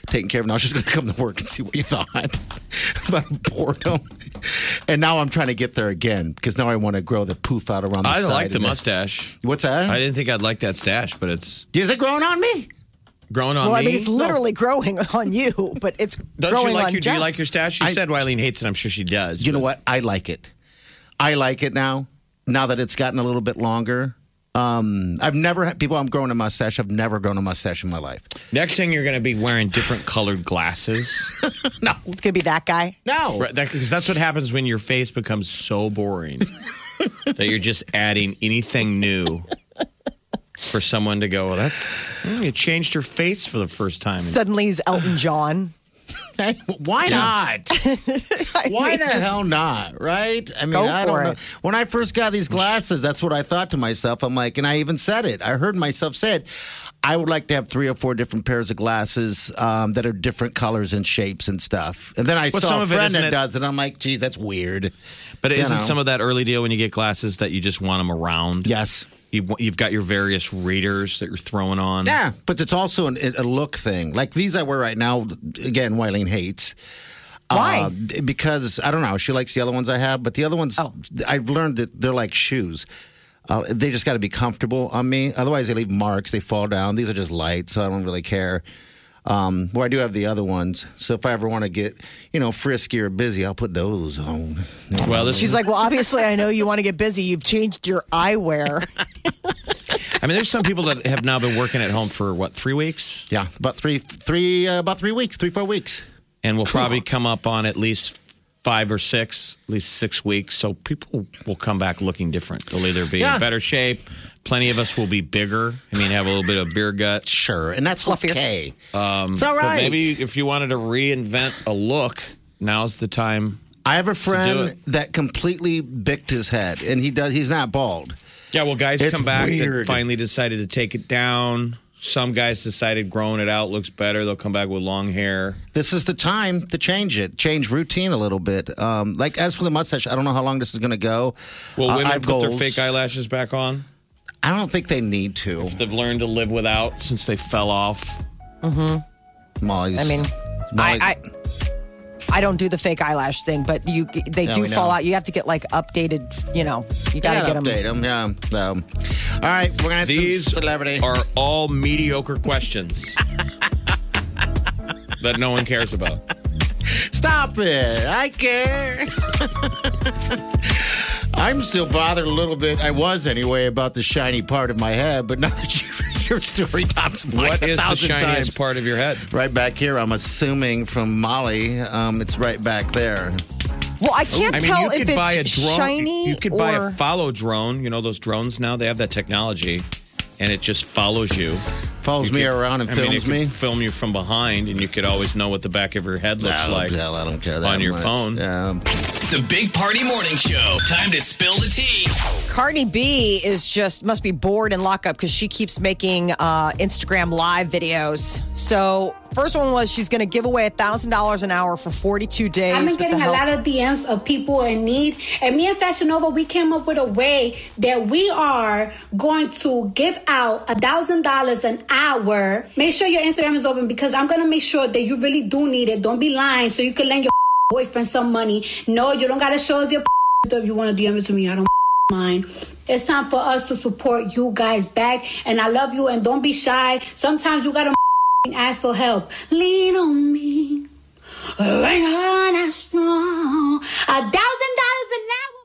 S6: taken care of. Now she's going to come to work and see what you thought about boredom. And now I'm trying to get there again because now I want to grow the poof out around the
S5: I
S6: side.
S5: like the
S6: and
S5: mustache.
S6: What's that?
S5: I didn't think I'd like that stash, but it's
S6: Is it growing on me?
S5: grown on
S4: well,
S5: me.
S4: I mean, it's literally growing on you, but it's
S5: Don't
S4: growing
S5: you like
S4: on
S5: your, do you
S4: Jeff.
S5: like your stash? She
S6: I-
S5: said Wileen hates it. I'm sure she does.
S6: You know
S5: but-
S6: what? I like it. I like it now. Now that it's gotten a little bit longer. Um, I've never had people. I'm growing a mustache. I've never grown a mustache in my life.
S5: Next thing you're going to be wearing different colored glasses.
S4: it's gonna be that guy.
S6: No,
S5: Because that's what happens when your face becomes so boring that you're just adding anything new for someone to go, well, that's, mm, you changed your face for the first time.
S4: Suddenly he's Elton John.
S6: why not?
S4: I
S6: Why
S4: mean,
S6: the
S4: just-
S6: hell not? Right? I mean,
S4: Go
S6: I
S4: for
S6: don't know.
S4: it.
S6: When I first got these glasses, that's what I thought to myself. I'm like, and I even said it. I heard myself say it. I would like to have three or four different pairs of glasses um, that are different colors and shapes and stuff. And then I
S5: Well, some
S6: saw a
S5: of it
S6: friend
S5: isn't
S6: that
S5: it-
S6: does it. I'm like, geez, that's weird.
S5: but isn't
S6: know.
S5: some of that early deal when you get glasses that you just want them around?
S6: Yes.
S5: You've, you've got your various readers that you're throwing on.
S6: Yeah, but it's also an, a look thing. Like these I wear right now. Again, Wileen hates.
S4: Why?
S6: Uh, because I don't know. She likes the other ones I have, but the other ones I've learned that they're like shoes. Uh, they just got to be comfortable on me. Otherwise, they leave marks. They fall down. These are just light, so I don't really care. Um, well, I do have the other ones. So if I ever want to get, you know, frisky or busy, I'll put those on.
S5: Well, this
S4: She's like, well, obviously, I know you want to get busy. You've changed your eyewear.
S5: I mean, there's some people that have now been working at home for what three weeks.
S6: Yeah, about three, three, uh, about three weeks, three, four weeks.
S5: and we'll probably come up on at least five or six, at least six weeks. So people will come back looking different. They'll either be
S6: Yeah.
S5: in better shape. Plenty of us will be bigger. I mean, have a little bit of beer gut.
S6: Sure, and that's okay.
S5: Um,
S6: It's all
S5: but
S6: right.
S5: maybe if you wanted to reinvent a look, now's the time.
S6: I have a
S5: do
S6: friend
S5: it.
S6: that completely bicked his head, and he does. He's not bald.
S5: Yeah, well, guys
S6: It's
S5: come back that
S6: weird.
S5: finally decided to take it down. Some guys decided growing it out looks better. They'll come back with long hair.
S6: This is the time to change it, change routine a little bit. Um, like as for the mustache, I don't know how long this is going to go.
S5: Will
S6: I-
S5: women
S6: I have
S5: put their
S6: goals.
S5: fake eyelashes back on?
S6: I don't think they need to.
S5: They've learned to live without since they fell off.
S6: Molly's.
S4: I mean,
S6: Molly,
S4: I, I I don't do the fake eyelash thing, but you they
S6: Yeah,
S4: do
S6: we
S4: fall
S6: know.
S4: out. You have to get like updated. You know, you got to
S6: gotta
S4: get them.
S6: update them. Yeah. So, all right, we're gonna have
S5: These
S6: some celebrity.
S5: are all mediocre questions that no one cares about.
S6: Stop it! I care. I'm still bothered a little bit. I was anyway about the shiny part of my head, but now that you, your story tops mine
S5: What
S6: a
S5: is the
S6: thousand
S5: shiniest
S6: times.
S5: part of your head?
S6: Right back here, I'm assuming from Molly. Um, it's right back there.
S4: Well, I can't
S5: I mean,
S4: tell
S5: you could
S4: if it's
S5: buy a drone.
S4: shiny
S5: you could
S4: or
S5: buy a follow drone. You know those drones now? They have that technology, and it just follows you.
S6: Follows
S5: You
S6: me
S5: could-
S6: around and
S5: I mean, it
S6: films
S5: could
S6: me.
S5: Film you from behind, and you could always know what the back of your head looks
S6: I don't-
S5: like.
S6: hell, I don't care that
S5: on your
S6: much.
S5: phone.
S6: Um,
S2: The Big Party Morning Show. Time to spill the tea.
S4: Cardi B is just must be bored in lockup because she keeps making uh, Instagram live videos. So first one was she's going to give away thousand dollars an hour for forty two days.
S11: I've been
S4: with the
S11: getting a
S4: help-
S11: lot of DMs of people in need, and me and Fashion Nova, we came up with a way that we are going to give out a thousand dollars an hour. Make sure your Instagram is open because I'm gonna make sure that you really do need it. Don't be lying, so you can lend your boyfriend some money. No, you don't gotta show us your if you wanna DM it to me. I don't mind. It's time for us to support you guys back, and I love you. And don't be shy. Sometimes you gotta ask for help. Lean on me. Ring on us now. A thousand dollars an hour.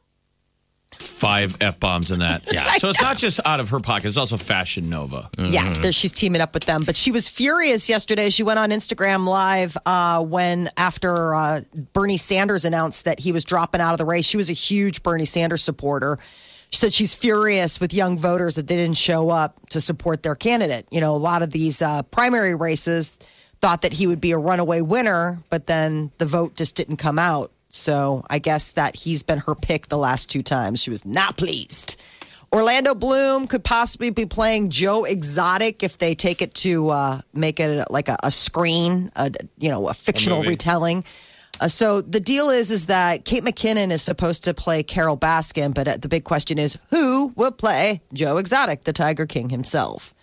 S5: Five f bombs in that. yeah. So it's not just out of her pocket. It's also Fashion Nova.
S4: Yeah, there- she's teaming up with them. But she was furious yesterday. She went on Instagram Live uh, when, after uh, Bernie Sanders announced that he was dropping out of the race, she was a huge Bernie Sanders supporter. She said she's furious with young voters that they didn't show up to support their candidate. You know, a lot of these uh, primary races thought that he would be a runaway winner, but then the vote just didn't come out. So I guess that he's been her pick the last two times. She was not pleased. Orlando Bloom could possibly be playing Joe Exotic if they take it to uh, make it like a, a screen, a, you know, a fictional
S5: movie.
S4: retelling. Uh, so the deal is is that Kate McKinnon is supposed to play Carol Baskin, but uh, the big question is who will play Joe Exotic, the Tiger King himself.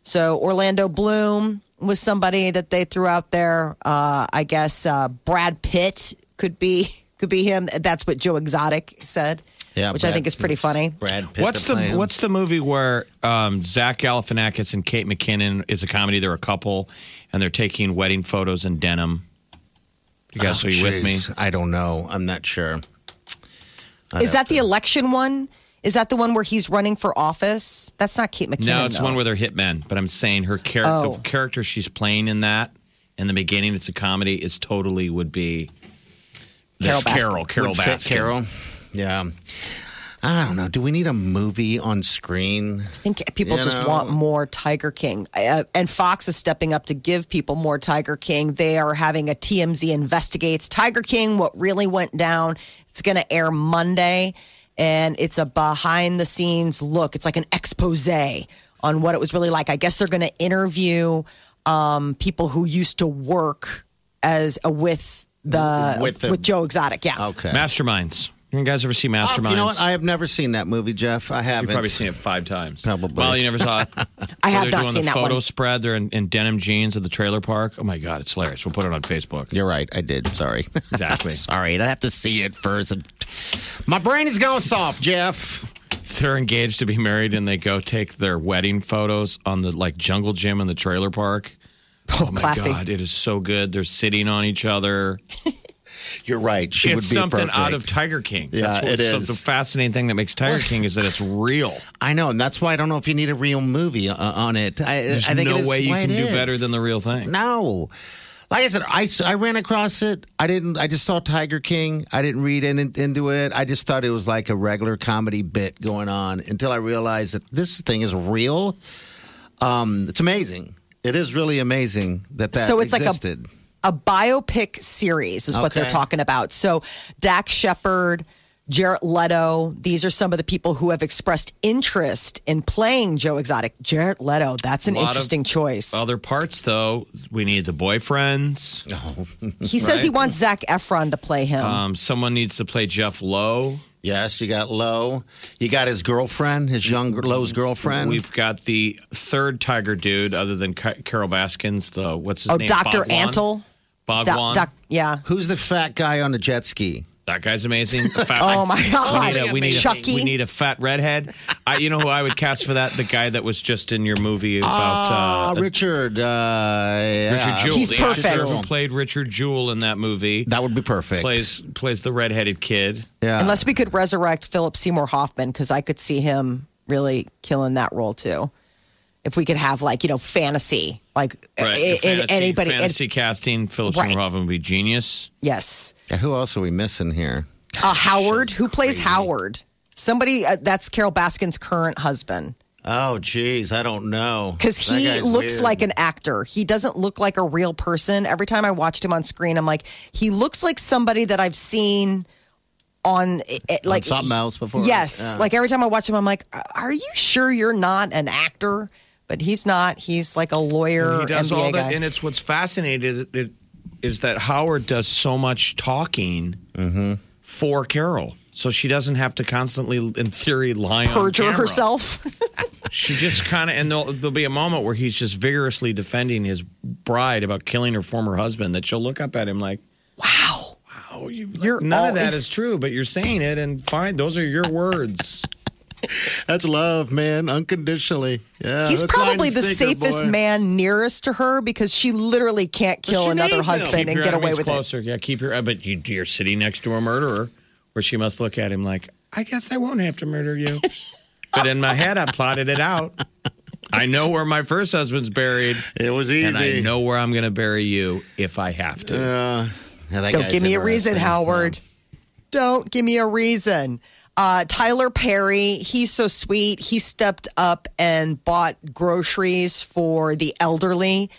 S4: So Orlando Bloom was somebody that they threw out there. Uh, I guess uh, Brad Pitt could be could be him. That's what Joe Exotic said,
S6: Yeah,
S4: which I
S6: Brad
S4: think is pretty
S6: Pitt's-
S4: funny.
S6: Brad Pitt.
S5: What's
S6: to
S5: the
S6: play him.
S5: What's the movie where um, Zach Galifianakis and Kate McKinnon is a comedy? They're a couple, and they're taking wedding photos in denim. You guys,
S6: Oh,
S5: are you with me?
S6: jeez. I don't know. I'm not sure.
S4: Is that the election one? Is that the one where he's running for office? That's not Kate McKinnon.
S5: No, it's
S4: though.
S5: one where they're hitmen. But I'm saying her character,
S4: Oh.
S5: the character she's playing in that, in the beginning, it's a comedy. Is totally would be
S4: Carol
S5: that's
S4: Baskin.
S5: Carol, Carol
S6: Would fit
S5: Baskin.
S6: Carol. Yeah. I don't know. Do we need a movie on screen?
S4: I think people
S6: You
S4: just
S6: know.
S4: want more Tiger King. Uh, and Fox is stepping up to give people more Tiger King. They are having a TMZ investigates Tiger King, what really went down. It's going to air Monday, and it's a behind the scenes look. It's like an expose on what it was really like. I guess they're going to interview um, people who used to work as uh, with the with,
S6: With the-
S4: Joe Exotic. Yeah.
S6: Okay.
S5: Masterminds. You guys ever see
S6: Oh,
S5: Masterminds?
S6: you know what? I have never seen that movie, Jeff. I haven't.
S5: You've probably seen it five times.
S6: Probably.
S5: Well, you never saw it.
S4: I
S5: they're
S4: have not
S5: doing
S4: seen
S5: the
S4: that
S5: photo
S4: one.
S5: spread. They're in, in denim jeans at the trailer park. Oh my god, it's hilarious. We'll put it on Facebook.
S6: You're right. I did. Sorry.
S5: Exactly.
S6: Sorry. I have to see it first. My brain is going soft, Jeff.
S5: They're engaged to be married, and they go take their wedding photos on the like jungle gym in the trailer park.
S4: Oh,
S5: my
S4: classy.
S5: god, it is so good. They're sitting on each other.
S6: You're right. She
S5: it's
S6: would be
S5: something
S6: perfect.
S5: out of Tiger King.
S6: Yeah,
S5: That's
S6: it
S5: so
S6: is.
S5: the fascinating thing that makes Tiger King is that it's real.
S6: I know, and that's why I don't know if you need a real movie uh, on it. I,
S5: There's
S6: I think
S5: no
S6: it is
S5: way you
S6: why
S5: can
S6: it
S5: do
S6: is.
S5: better than the real thing.
S6: No. Like I said, I, s- I ran across it. I didn't. I just saw Tiger King. I didn't read in, into it. I just thought it was like a regular comedy bit going on until I realized that this thing is real. Um, it's amazing. It is really amazing that that
S4: so it's
S6: existed.
S4: like a, a biopic series is what
S6: Okay.
S4: they're talking about so dax shepard Jarrett Leto, these are some of the people who have expressed interest in playing Joe Exotic. Jarrett Leto, that's an
S5: Lot of
S4: interesting choice.
S5: Other parts, though, we need the boyfriends.
S6: Uh-huh.
S4: he says he wants Zach Efron to play him.
S5: Um, someone needs to play Jeff Lowe.
S6: Yes, you got Lowe. You got his girlfriend, his young Lowe's girlfriend.
S5: We've got the third Tiger dude, other than Ca- Carol Baskins. The what's his
S4: oh,
S5: name?
S4: Dr.
S5: Bhagwan?
S4: Antle. Doc-
S5: Bhagwan.
S4: doc- yeah.
S6: Who's the fat guy on the jet ski?
S5: that guy's amazing. A Fat,
S4: Oh, my
S5: We
S4: God.
S5: need a, we need a,
S4: Chucky.
S5: we need a fat redhead. I, you know who I would cast for that? The guy that was just in your movie about
S6: Ah,
S5: uh,
S6: Richard. Uh, yeah.
S5: Richard Jewell.
S4: He's
S5: the actor
S4: perfect.
S5: Who played Richard Jewell in that movie?
S6: That would be perfect.
S5: plays plays the redheaded kid.
S6: Yeah.
S4: Unless we could resurrect Philip Seymour Hoffman, because I could see him really killing that role too. If we could have like you know fantasy, like
S5: Right.
S4: in,
S5: the fantasy,
S4: anybody, in-
S5: fantasy casting, Philip
S4: Right.
S5: Seymour Hoffman would be genius.
S4: yes,
S6: Yeah, who else are we missing here?
S4: uh, Howard, who plays Howard, somebody uh, that's Carol Baskin's current husband,
S6: Oh, geez, I don't know.
S4: because
S6: That
S4: he
S6: guy's
S4: looks
S6: weird.
S4: like an actor. He doesn't look like a real person. Every time I watched him on screen, I'm like, he looks like somebody that I've seen on eh, eh, like
S6: something else before.
S4: Yes,
S6: Yeah.
S4: like every time I watch him, I'm like, are you sure you're not an actor? But he's not. He's like a lawyer.
S5: he does
S4: NBA
S5: all that,
S4: guy.
S5: and it's what's fascinating is, is that Howard does so much talking for Carol, so she doesn't have to constantly, in theory, lie on
S4: Perjure
S5: camera.
S4: herself.
S5: She just kind of, and there'll, there'll be a moment where he's just vigorously defending his bride about killing her former husband. That she'll look up at him like,
S4: wow.
S5: "Oh, you,
S4: You're
S5: none
S4: all-
S5: of that is true, but you're saying it, and fine, those are your words."
S6: That's love, man, unconditionally. Yeah,
S4: He's
S6: hook,
S4: probably
S6: line, and
S4: the
S6: sinker,
S4: safest
S6: boy.
S4: man nearest to her because she literally can't kill another husband
S5: Keep
S4: and
S5: your
S4: get away
S5: enemies
S4: with it.
S5: closer. Yeah, keep your. uh, But you, you're sitting next to a murderer, where she must look at him like, "I guess I won't have to murder you." but in my head, I plotted it out. I know where my first husband's buried,
S6: It was easy.
S5: and I know where I'm going to bury you if I have to.
S6: Yeah, that
S4: Don't
S6: guy's
S4: give me a reason,
S6: interesting.
S4: Howard. Don't give me a reason. Uh, Tyler Perry, he's so sweet. He stepped up and bought groceries for the elderly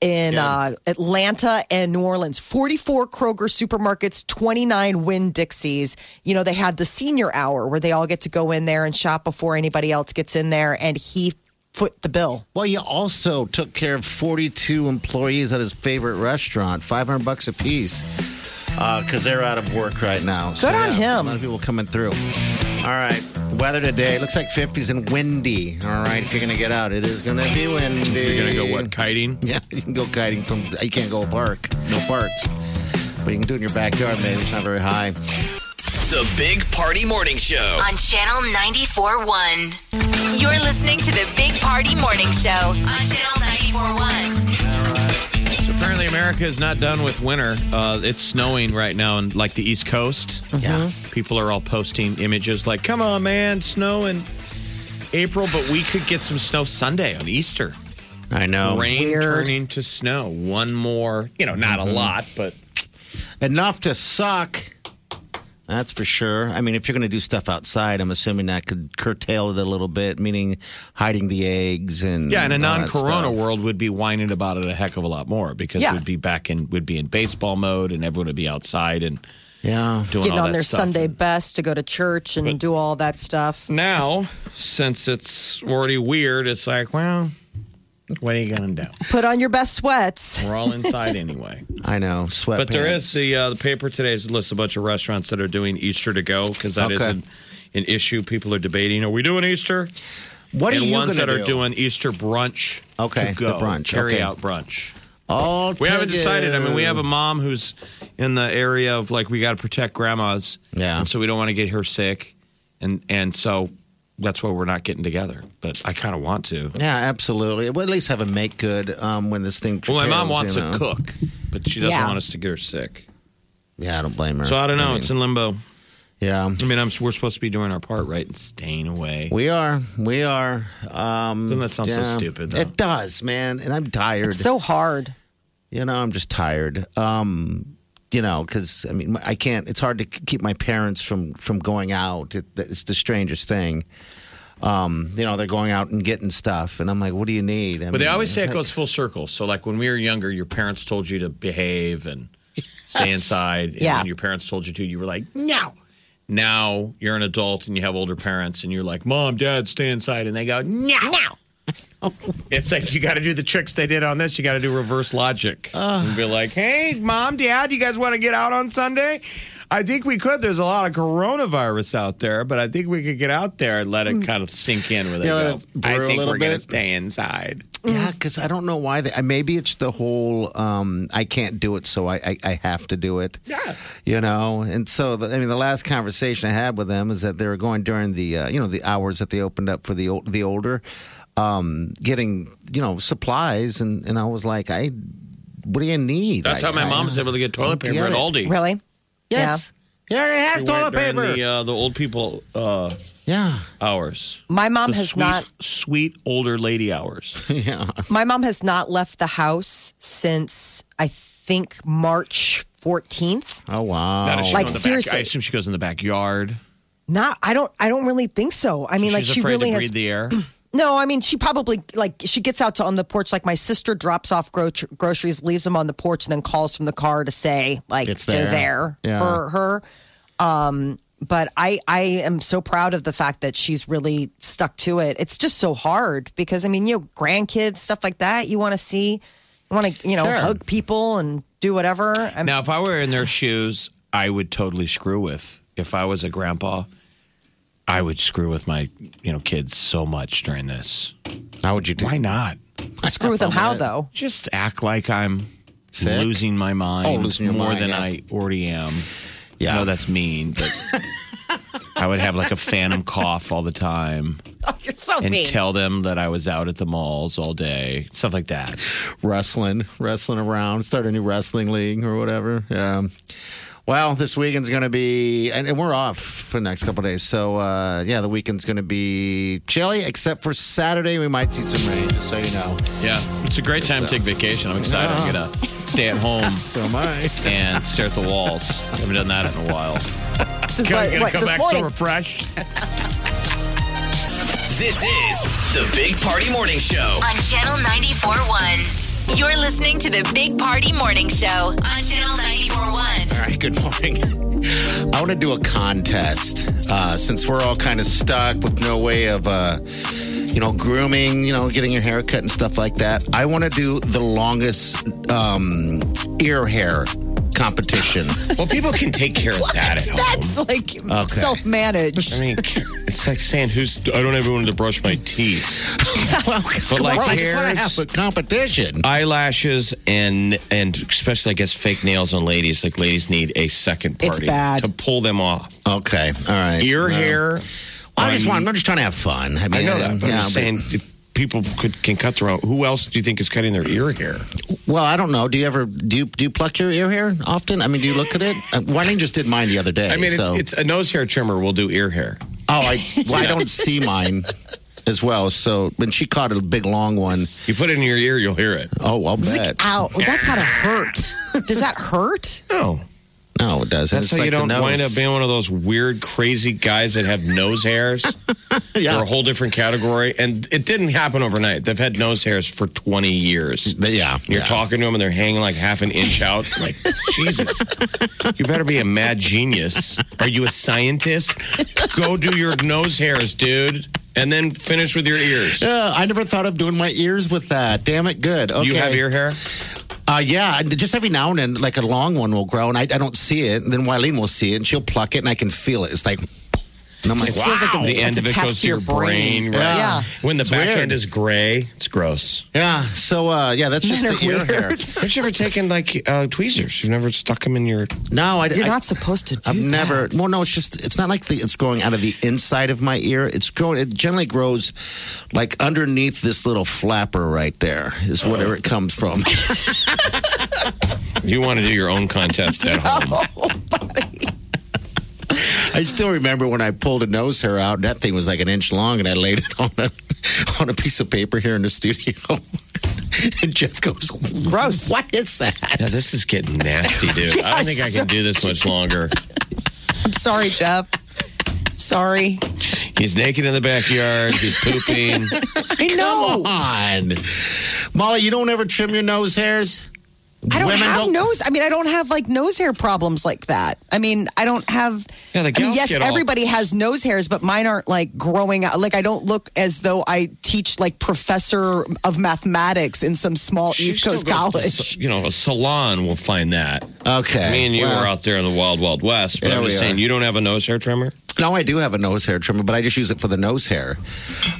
S4: in uh, Atlanta and New Orleans. 44 Kroger supermarkets, 29 Winn Dixies. You know, they had the senior hour where they all get to go in there and shop before anybody else gets in there, and he foot the bill.
S6: Well, you also took care of 42 employees at his favorite restaurant, 500 bucks a piece, because they're out of work right now. So,
S4: Good on
S6: yeah,
S4: him.
S6: A lot of people coming through. All right, weather today looks like 50s and windy. All right, if you're gonna get out, it is gonna be windy.
S5: You're going to go what kiting?
S6: Yeah, you can go kiting from. You can't go park. No parks. But you can do it in your backyard, maybe. It's not very high.
S2: The Big Party Morning Show.
S3: on Channel 94.1. You're listening to the Big Party Morning Show on Channel 94.1.
S5: So apparently, America is not done with winter. Uh, it's snowing right now in like the East Coast.
S4: Mm-hmm.
S6: Yeah.
S5: People are all posting images like, "Come on, man, snow in April, but we could get some snow Sunday on Easter."
S6: I know.
S5: rain
S4: Weird.
S5: turning to snow. One more, you know, not a
S4: Mm-hmm.
S5: lot, but
S6: Enough to suck. That's for sure. I mean, if you're going to do stuff outside, I'm assuming that could curtail it a little bit, meaning hiding the eggs
S4: Mm,
S6: and
S5: yeah. In a
S6: all that
S5: non-corona
S6: stuff.
S5: world, would be whining about it a heck of a lot more because
S4: Yeah.
S5: we'd be back in would be in baseball mode, and everyone would be outside and
S6: Yeah.
S5: doing
S4: Getting
S5: all
S4: on
S5: that
S4: their
S5: stuff.
S4: Sunday best to go to church and do all that stuff.
S5: Now, since it's already weird, it's like, well, what are you gonna do?
S4: Put on your best sweats.
S5: We're all inside anyway.
S6: I know. Sweat.
S5: But there is the uh, the paper today is lists a bunch of restaurants that are doing Easter to go because that is
S6: Okay.
S5: an, an issue. People are debating: Are we doing Easter?
S6: what are
S5: and
S6: you
S5: ones
S6: gonna
S5: that are
S6: do?
S5: doing Easter brunch.
S6: Okay,
S5: to go,
S6: the brunch,
S5: carry
S6: okay.
S5: out brunch.
S6: All
S5: We haven't decided. I mean, we have a
S6: together.
S5: mom who's in the area of like we got to protect grandmas.
S6: Yeah.
S5: and so we don't want to get her sick, and and so that's why we're not getting together. But I kind of want to.
S6: Yeah, absolutely. We'll at least have a make good um, when this thing.
S5: Well, my
S6: curtails,
S5: mom wants
S6: you
S5: to
S6: know.
S5: cook, but she doesn't
S4: Yeah.
S5: want us to get her sick.
S6: Yeah, I don't blame her.
S5: So I don't know.
S6: mean,
S5: it's in limbo.
S6: Yeah. I
S5: mean, I'm, we're supposed to be doing our part, right? And staying away.
S6: we are. We are. Um,
S5: Doesn't that sound so stupid, though?
S6: It does, man. And I'm tired.
S4: It's so hard.
S6: you know, I'm just tired. Um, you know, because I mean, I can't. It's hard to k- keep my parents from from going out. It, it's the strangest thing. Um, you know, they're going out and getting stuff, and I'm like, "What do you need?" I
S5: But they
S6: mean,
S5: always say
S6: it's
S5: it
S6: like-
S5: goes full circle. So, like when we were younger, your parents told you to behave and stay inside. And
S6: Yeah.
S5: when your parents told you to, you were like, no. Now you're an adult and you have older parents, and you're like, Mom, Dad, stay inside. And they go, no. no. it's like you got to do the tricks they did on this. You got to do reverse logic and be like, hey, Mom, Dad, you guys want to get out on Sunday? I think we could. There's a lot of coronavirus out there, but I think we could get out there and let it
S6: Mm.
S5: kind of sink in with it.
S6: Yeah, let
S5: go,
S6: it brew
S5: I
S6: a
S5: think
S6: little
S5: we're going to
S6: bit."
S5: stay inside.
S6: Yeah, because I don't know why. They, maybe it's the whole um, I can't do it, so I, I, I have to do it. Yeah. You know, and so, the, I mean, the last conversation I had with them is that they were going during the, uh, you know, the hours that they opened up for the, old, the older, um, getting, you know, supplies. And, and I was like, I, what do you need?
S5: That's
S6: I-
S5: how my
S6: I-
S5: mom was able to get toilet
S6: I don't
S5: paper at
S6: get it.
S5: Aldi.
S4: Really?
S6: Yes. He already has
S5: We went
S6: toilet
S5: during
S6: paper.
S5: The, uh, the old people uh,
S6: yeah.
S5: hours.
S4: My mom
S5: The
S4: has
S5: sweet,
S4: not-
S5: Sweet older lady hours.
S6: yeah.
S4: My mom has not left the house since I think March 14th.
S6: Oh, wow.
S5: Not if she
S4: Like,
S5: goes in the Back,
S4: seriously.
S5: I assume she goes in the backyard.
S4: Not I don't I don't really think so. I mean like
S5: She's
S4: she
S5: afraid
S4: really
S5: to
S4: has
S5: breathe the air.
S4: No, I mean she probably like she gets out to on the porch like my sister drops off gro- groceries, leaves them on the porch and then calls from the car to say like
S6: It's
S4: they're
S6: there.
S4: there
S6: Yeah.
S4: for her. Um but I I am so proud of the fact that she's really stuck to it. It's just so hard because I mean, you know, grandkids stuff like that, you want to see you want to, you know,
S6: Sure.
S4: hug people and do whatever. I'm,
S5: now, if I were in their shoes, I would totally screw with. If I was a grandpa, I would screw with my you know kids so much during this.
S6: How would you do
S5: Why not?
S4: screw with them how though?
S5: Just act like I'm
S6: Sick?
S5: losing my mind
S6: Oh, losing your
S5: more
S6: mind,
S5: than
S6: yeah.
S5: I already am.
S6: Yeah.
S5: I know that's mean, but I would have like a phantom cough all the time
S4: Oh, you're so
S5: and
S4: mean.
S5: tell them that I was out at the malls all day, stuff like that.
S6: wrestling, wrestling around, start a new wrestling league or whatever. Yeah. Well, this weekend's going to be, and, and we're off for the next couple of days. So, uh, yeah, the weekend's going to be chilly, except for Saturday. We might see some rain, just so you know.
S5: Yeah, it's a great time to take vacation. I'm excited. I'm going to stay at home
S6: So am I.
S5: and stare at the walls. I haven't done that in a while.
S4: Since
S5: God,
S4: like,
S5: you're gonna
S4: what,
S5: come
S4: this
S5: back
S4: morning.
S5: so refreshed.
S2: This is the Big Party Morning Show.
S3: on Channel 94.1. You're listening to the Big Party Morning Show on Channel 94.1.
S6: All right, good morning. I want to do a contest uh, since we're all kind of stuck with no way of, uh, you know, grooming, you know, getting your hair cut and stuff like that. I want to do the longest um, ear hair competition.
S5: Well, people can take care of that at home.
S4: That's like self managed.
S5: I mean, it's like saying, "Who's? I don't have anyone to brush my teeth." But like
S6: Well, I just wanna
S5: hairs,
S6: have a competition.
S5: eyelashes and and especially I guess fake nails on ladies. Like ladies need a second
S4: It's
S5: party
S4: bad.
S5: to pull them off.
S6: Okay, all right.
S5: Ear
S6: Well,
S5: hair.
S6: I just
S5: on-
S6: want. I'm just trying to have fun.
S5: I know that, but
S6: yeah,
S5: I'm just
S6: but-
S5: saying if people could can cut their own. Who else do you think is cutting their ear hair?
S6: Well, I don't know. Do you ever do you, do you pluck your ear hair often? I mean, do you look at it? Uh, Wendy just did mine the other day.
S5: I mean,
S6: so.
S5: it's, it's a nose hair trimmer. will do ear hair.
S6: oh, I well, I don't see mine as well. So when she caught a big long one,
S5: You put it in your ear, you'll hear it.
S6: oh, I'll bet.
S4: Ow, that's gotta hurt. Does that hurt?
S5: No,
S6: No, it doesn't.
S5: that's
S6: It's
S5: how
S6: like
S5: you
S6: the
S5: don't
S6: nose.
S5: wind up being one of those weird, crazy guys that have nose hairs. They're
S6: Yeah,
S5: a whole different category. And it didn't happen overnight. They've had nose hairs for 20 years.
S6: But yeah.
S5: You're
S6: yeah.
S5: talking to them and they're hanging like half an inch out. Like, Jesus, you better be a mad genius. Are you a scientist? Go do your nose hairs, dude. And then finish with your ears.
S6: Yeah, Uh, I never thought of doing my ears with that. Damn it, good. Okay.
S5: Do you have ear hair?
S6: Uh, yeah, I- just every now and then, like a long one will grow, and I, I don't see it. And then Wileen will see it, and she'll pluck it, and I can feel it. It's like, and I'm like,
S4: Just
S6: wow.
S4: feels like a-
S5: The end
S4: it's
S5: of it
S4: attached
S5: goes
S4: to your
S5: brain. right?
S6: Yeah.
S4: Yeah.
S5: When the
S6: It's
S5: back
S6: weird.
S5: end is gray, it's gross.
S6: yeah. So uh, yeah, that's just
S4: Men
S6: the ear
S4: are
S6: hair.
S4: weird.
S5: Have you ever taken like uh, tweezers? You've never stuck them in your.
S6: No, I,
S4: You're
S6: I,
S4: not supposed to do
S6: I've never.
S4: that.
S6: Well, no, it's just it's not like the, it's growing out of the inside of my ear. It's growing. It generally grows like underneath this little flapper right there is where it comes from.
S5: You want to do your own contest at home.
S6: I still remember when I pulled a nose hair out, and that thing was like an inch long, and I laid it on a on a piece of paper here in the studio. and Jeff goes, "Gross! What is that?"
S5: Now, this is getting nasty, dude. I don't think I can do this much longer.
S4: I'm sorry, Jeff. Sorry.
S5: He's naked in the backyard. He's pooping.
S4: I know.
S6: Come on, Molly, you don't ever trim your nose hairs.
S4: I don't
S6: Women
S4: have
S6: don't-
S4: nose. I mean, I don't have like nose hair problems like that. I mean, I don't have.
S5: Yeah, the
S4: I mean,
S5: gals
S4: yes,
S5: get all-
S4: everybody has nose hairs, but mine aren't like growing out. Like I don't look as though I teach like professor of mathematics in some small
S5: She
S4: East
S5: still
S4: Coast
S5: goes to
S4: college.
S5: sa- you know, a salon will find that.
S6: Okay,
S5: Me and you
S6: well-
S5: were out there in the wild, wild west. But
S6: Yeah,
S5: I'm
S6: we
S5: just saying,
S6: are.
S5: you don't have a nose hair trimmer?
S6: No, I do have a nose hair trimmer, but I just use it for the nose hair.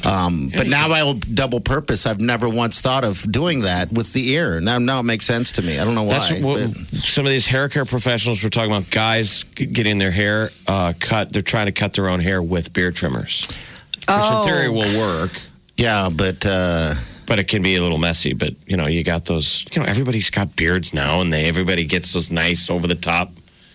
S6: Um, but now I will double purpose. I've never once thought of doing that with the ear. Now, now it makes sense to me. I don't know why.
S5: That's what
S6: but-
S5: some of these hair care professionals were talking about. Guys g- getting their hair uh, cut. They're trying to cut their own hair with beard trimmers, which in
S4: Oh.
S5: theory will work,
S6: yeah, but uh,
S5: but it can be a little messy. But you know, you got those. You know, everybody's got beards now, and they everybody gets those nice over the top.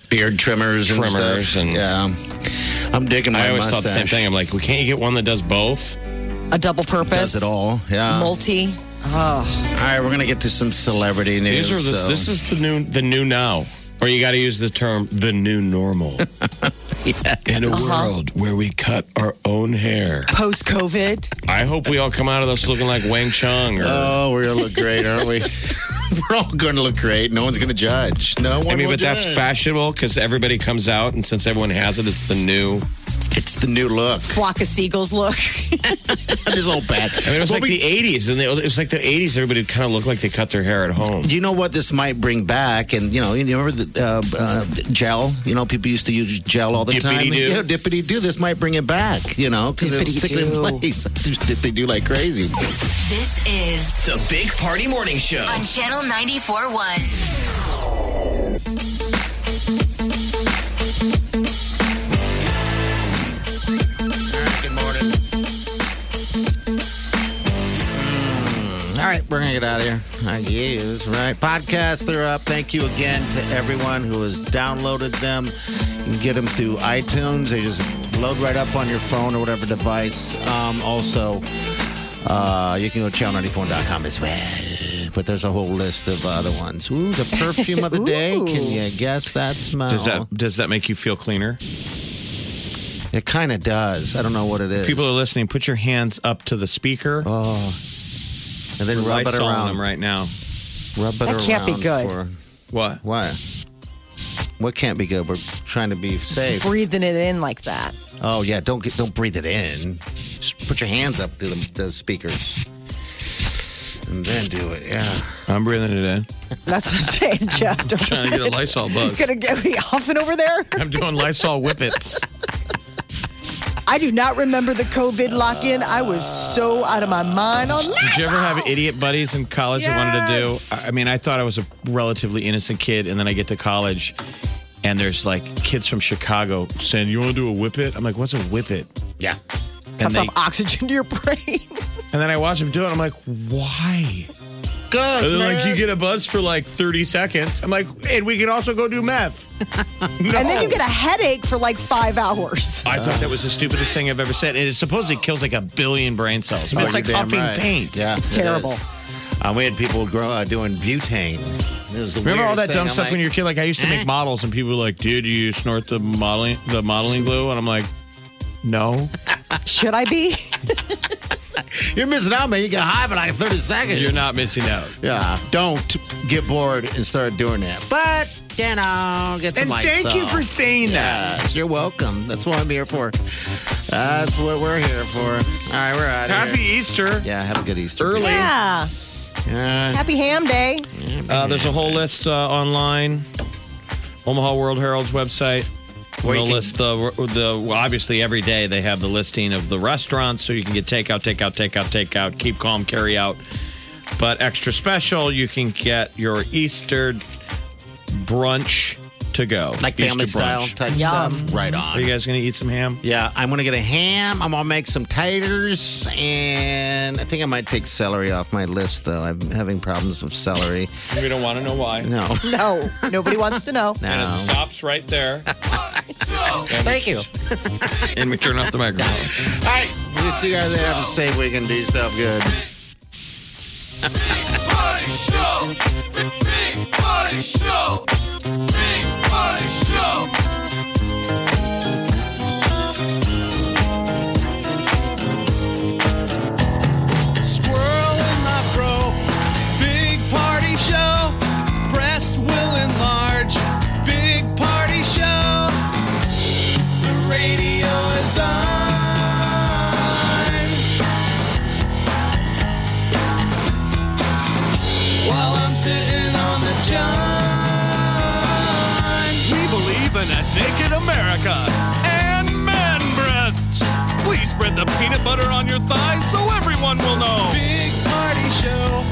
S6: beard trimmers, and
S5: Trimmers
S6: stuff.
S5: and-
S6: yeah, I'm digging my
S5: I always thought the
S6: mustache.
S5: same thing. I'm like, well, can't you get one that does both?
S4: Oh, A double purpose.
S6: Does it all? Yeah.
S4: Multi. Oh,
S6: all right, we're gonna get to some celebrity news.
S5: These are the,
S6: so-
S5: this is the new the new now, or you got to use the term the new normal. In a world where we cut our own hair,
S4: post COVID.
S5: I hope we all come out of this looking like Wang Chung. Or,
S6: Oh, we're gonna look great, aren't we? we're all gonna look great. No one's gonna judge. No one.
S5: I mean,
S6: will
S5: but that's
S6: judge.
S5: fashionable because everybody comes out, and since everyone has it, it's the new.
S6: It's the new look.
S4: Flock of seagulls look.
S6: this old bad.
S5: I mean, it was like the '80s, and they, it was like the '80s. Everybody kind of looked like they cut their hair at home.
S6: Do you know what this might bring back? And you know, you remember the uh, uh, gel? You know, people used to use gel all the time.
S5: Dippity-doo.
S6: Yeah, dippity do. This might bring it back. You know, because it'll stick in
S4: Dippity-doo.
S6: place. They do like crazy.
S3: This is
S2: The Big Party Morning Show.
S3: on Channel 94.1.
S6: Good morning. all right, we're gonna get out of here. I guess, right? Podcasts, they're up. Thank you again to everyone who has downloaded them. You can get them through iTunes. They just load right up on your phone or whatever device. Um, also, uh, you can go to channel94.com as well. But there's a whole list of other ones. Ooh, the perfume of the day. Can you guess that smell?
S5: Does that does that make you feel cleaner?
S6: It kind of does. I don't know what it is. Oh.
S5: People are listening. Put your hands up to the speaker.
S6: and then rub it
S5: Lysol on
S6: around.
S5: them right now.
S6: Rub it
S4: That
S6: around.
S4: can't be good.
S6: For,
S5: What?
S6: why? What can't be good? We're trying to be safe.
S4: Breathing it in like that.
S6: Oh yeah, don't get, don't breathe it in. Just put your hands up to the, the speakers, and then do it. Yeah.
S5: I'm breathing it in.
S4: That's what I'm saying, Jeff. Don't
S5: Trying to get a Lysol buzz.
S4: gonna get me huffing over there.
S5: I'm doing Lysol whippets.
S4: I do not remember the COVID lock in. I was so out of my mind on that.
S5: Did you ever have idiot buddies in college that wanted to do? I- I mean, I thought I was a relatively innocent kid, and then I get to college, and there's like kids from Chicago saying, "You want to do a whippet?" I'm like, "What's a whippet?"
S6: Yeah.
S5: And,
S4: Cuts
S5: they,
S4: off oxygen to your brain.
S5: and then I watch them do it. I'm like, "Why?"
S6: Good.
S5: And they're
S6: man.
S5: like, "You get a buzz for like 30 seconds." I'm like, "And we can also go do meth." No.
S4: And then you get a headache for like five hours.
S5: I thought that was the stupidest thing I've ever said. And it supposedly kills like a billion brain cells. I mean,
S6: Oh,
S5: it's
S6: you're
S5: like
S6: damn
S5: huffing
S6: right.
S5: paint.
S6: Yeah,
S4: It's
S6: it
S4: terrible.
S6: is. Uh, we had people grow, uh, doing butane. It was the
S5: Remember all
S6: weirdest
S5: that
S6: thing.
S5: dumb
S6: I'm
S5: stuff
S6: like, "Eh."
S5: when you were a kid? Like I used to make models, and people were like, "Dude, do you snort the modeling the modeling glue?" And I'm like, "No,
S4: Should I be?
S6: You're missing out, man. You get high for like 30 seconds.
S5: you're not missing out."
S6: Yeah. Don't get bored and start doing that. But you know, get some.
S5: And
S6: lights
S5: thank you
S6: on.
S5: for saying that.
S6: Yes, you're welcome. That's what I'm here for. That's what we're here for. All right, we're out of
S5: Happy
S6: here.
S5: Easter.
S6: Yeah, have a good Easter.
S5: Early.
S4: Yeah.
S6: Yeah.
S4: Happy ham day.
S5: Uh, there's a whole list uh, online, Omaha World Herald's website.
S6: Where
S5: They'll
S6: you can-
S5: list the the well, obviously every day they have the listing of the restaurants, so you can get takeout, takeout, takeout, takeout, keep calm, carry out. But extra special, you can get your Easter brunch to go.
S6: Like family style type stuff. Right on.
S5: Are you guys going to eat some ham?
S6: Yeah, I'm gonna get a ham. I'm gonna make some taters, and I think I might take celery off my list. Though I'm having problems with celery.
S5: We don't want to know why.
S6: No.
S4: No, nobody wants to know.
S5: And it stops right there.
S6: Thank you.
S5: and we turn off the microphone.
S6: All right, we'll see you guys there. Have a safe weekend. Do yourself good.
S2: Squirrel in my bro. Big party show. Breast will enlarge. Big party show. The radio is on. While I'm sitting on the john. We believe in a naked America and man breasts. Please spread the peanut butter on your thighs so everyone will know. Big party show.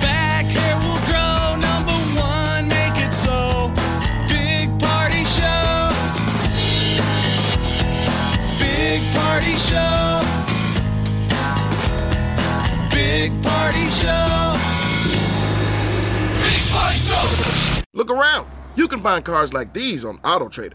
S2: Back hair will grow. Number one, make it so. Big party show. Big party show. Big party show. Big party show.
S12: Look around. You can find cars like these on AutoTrader.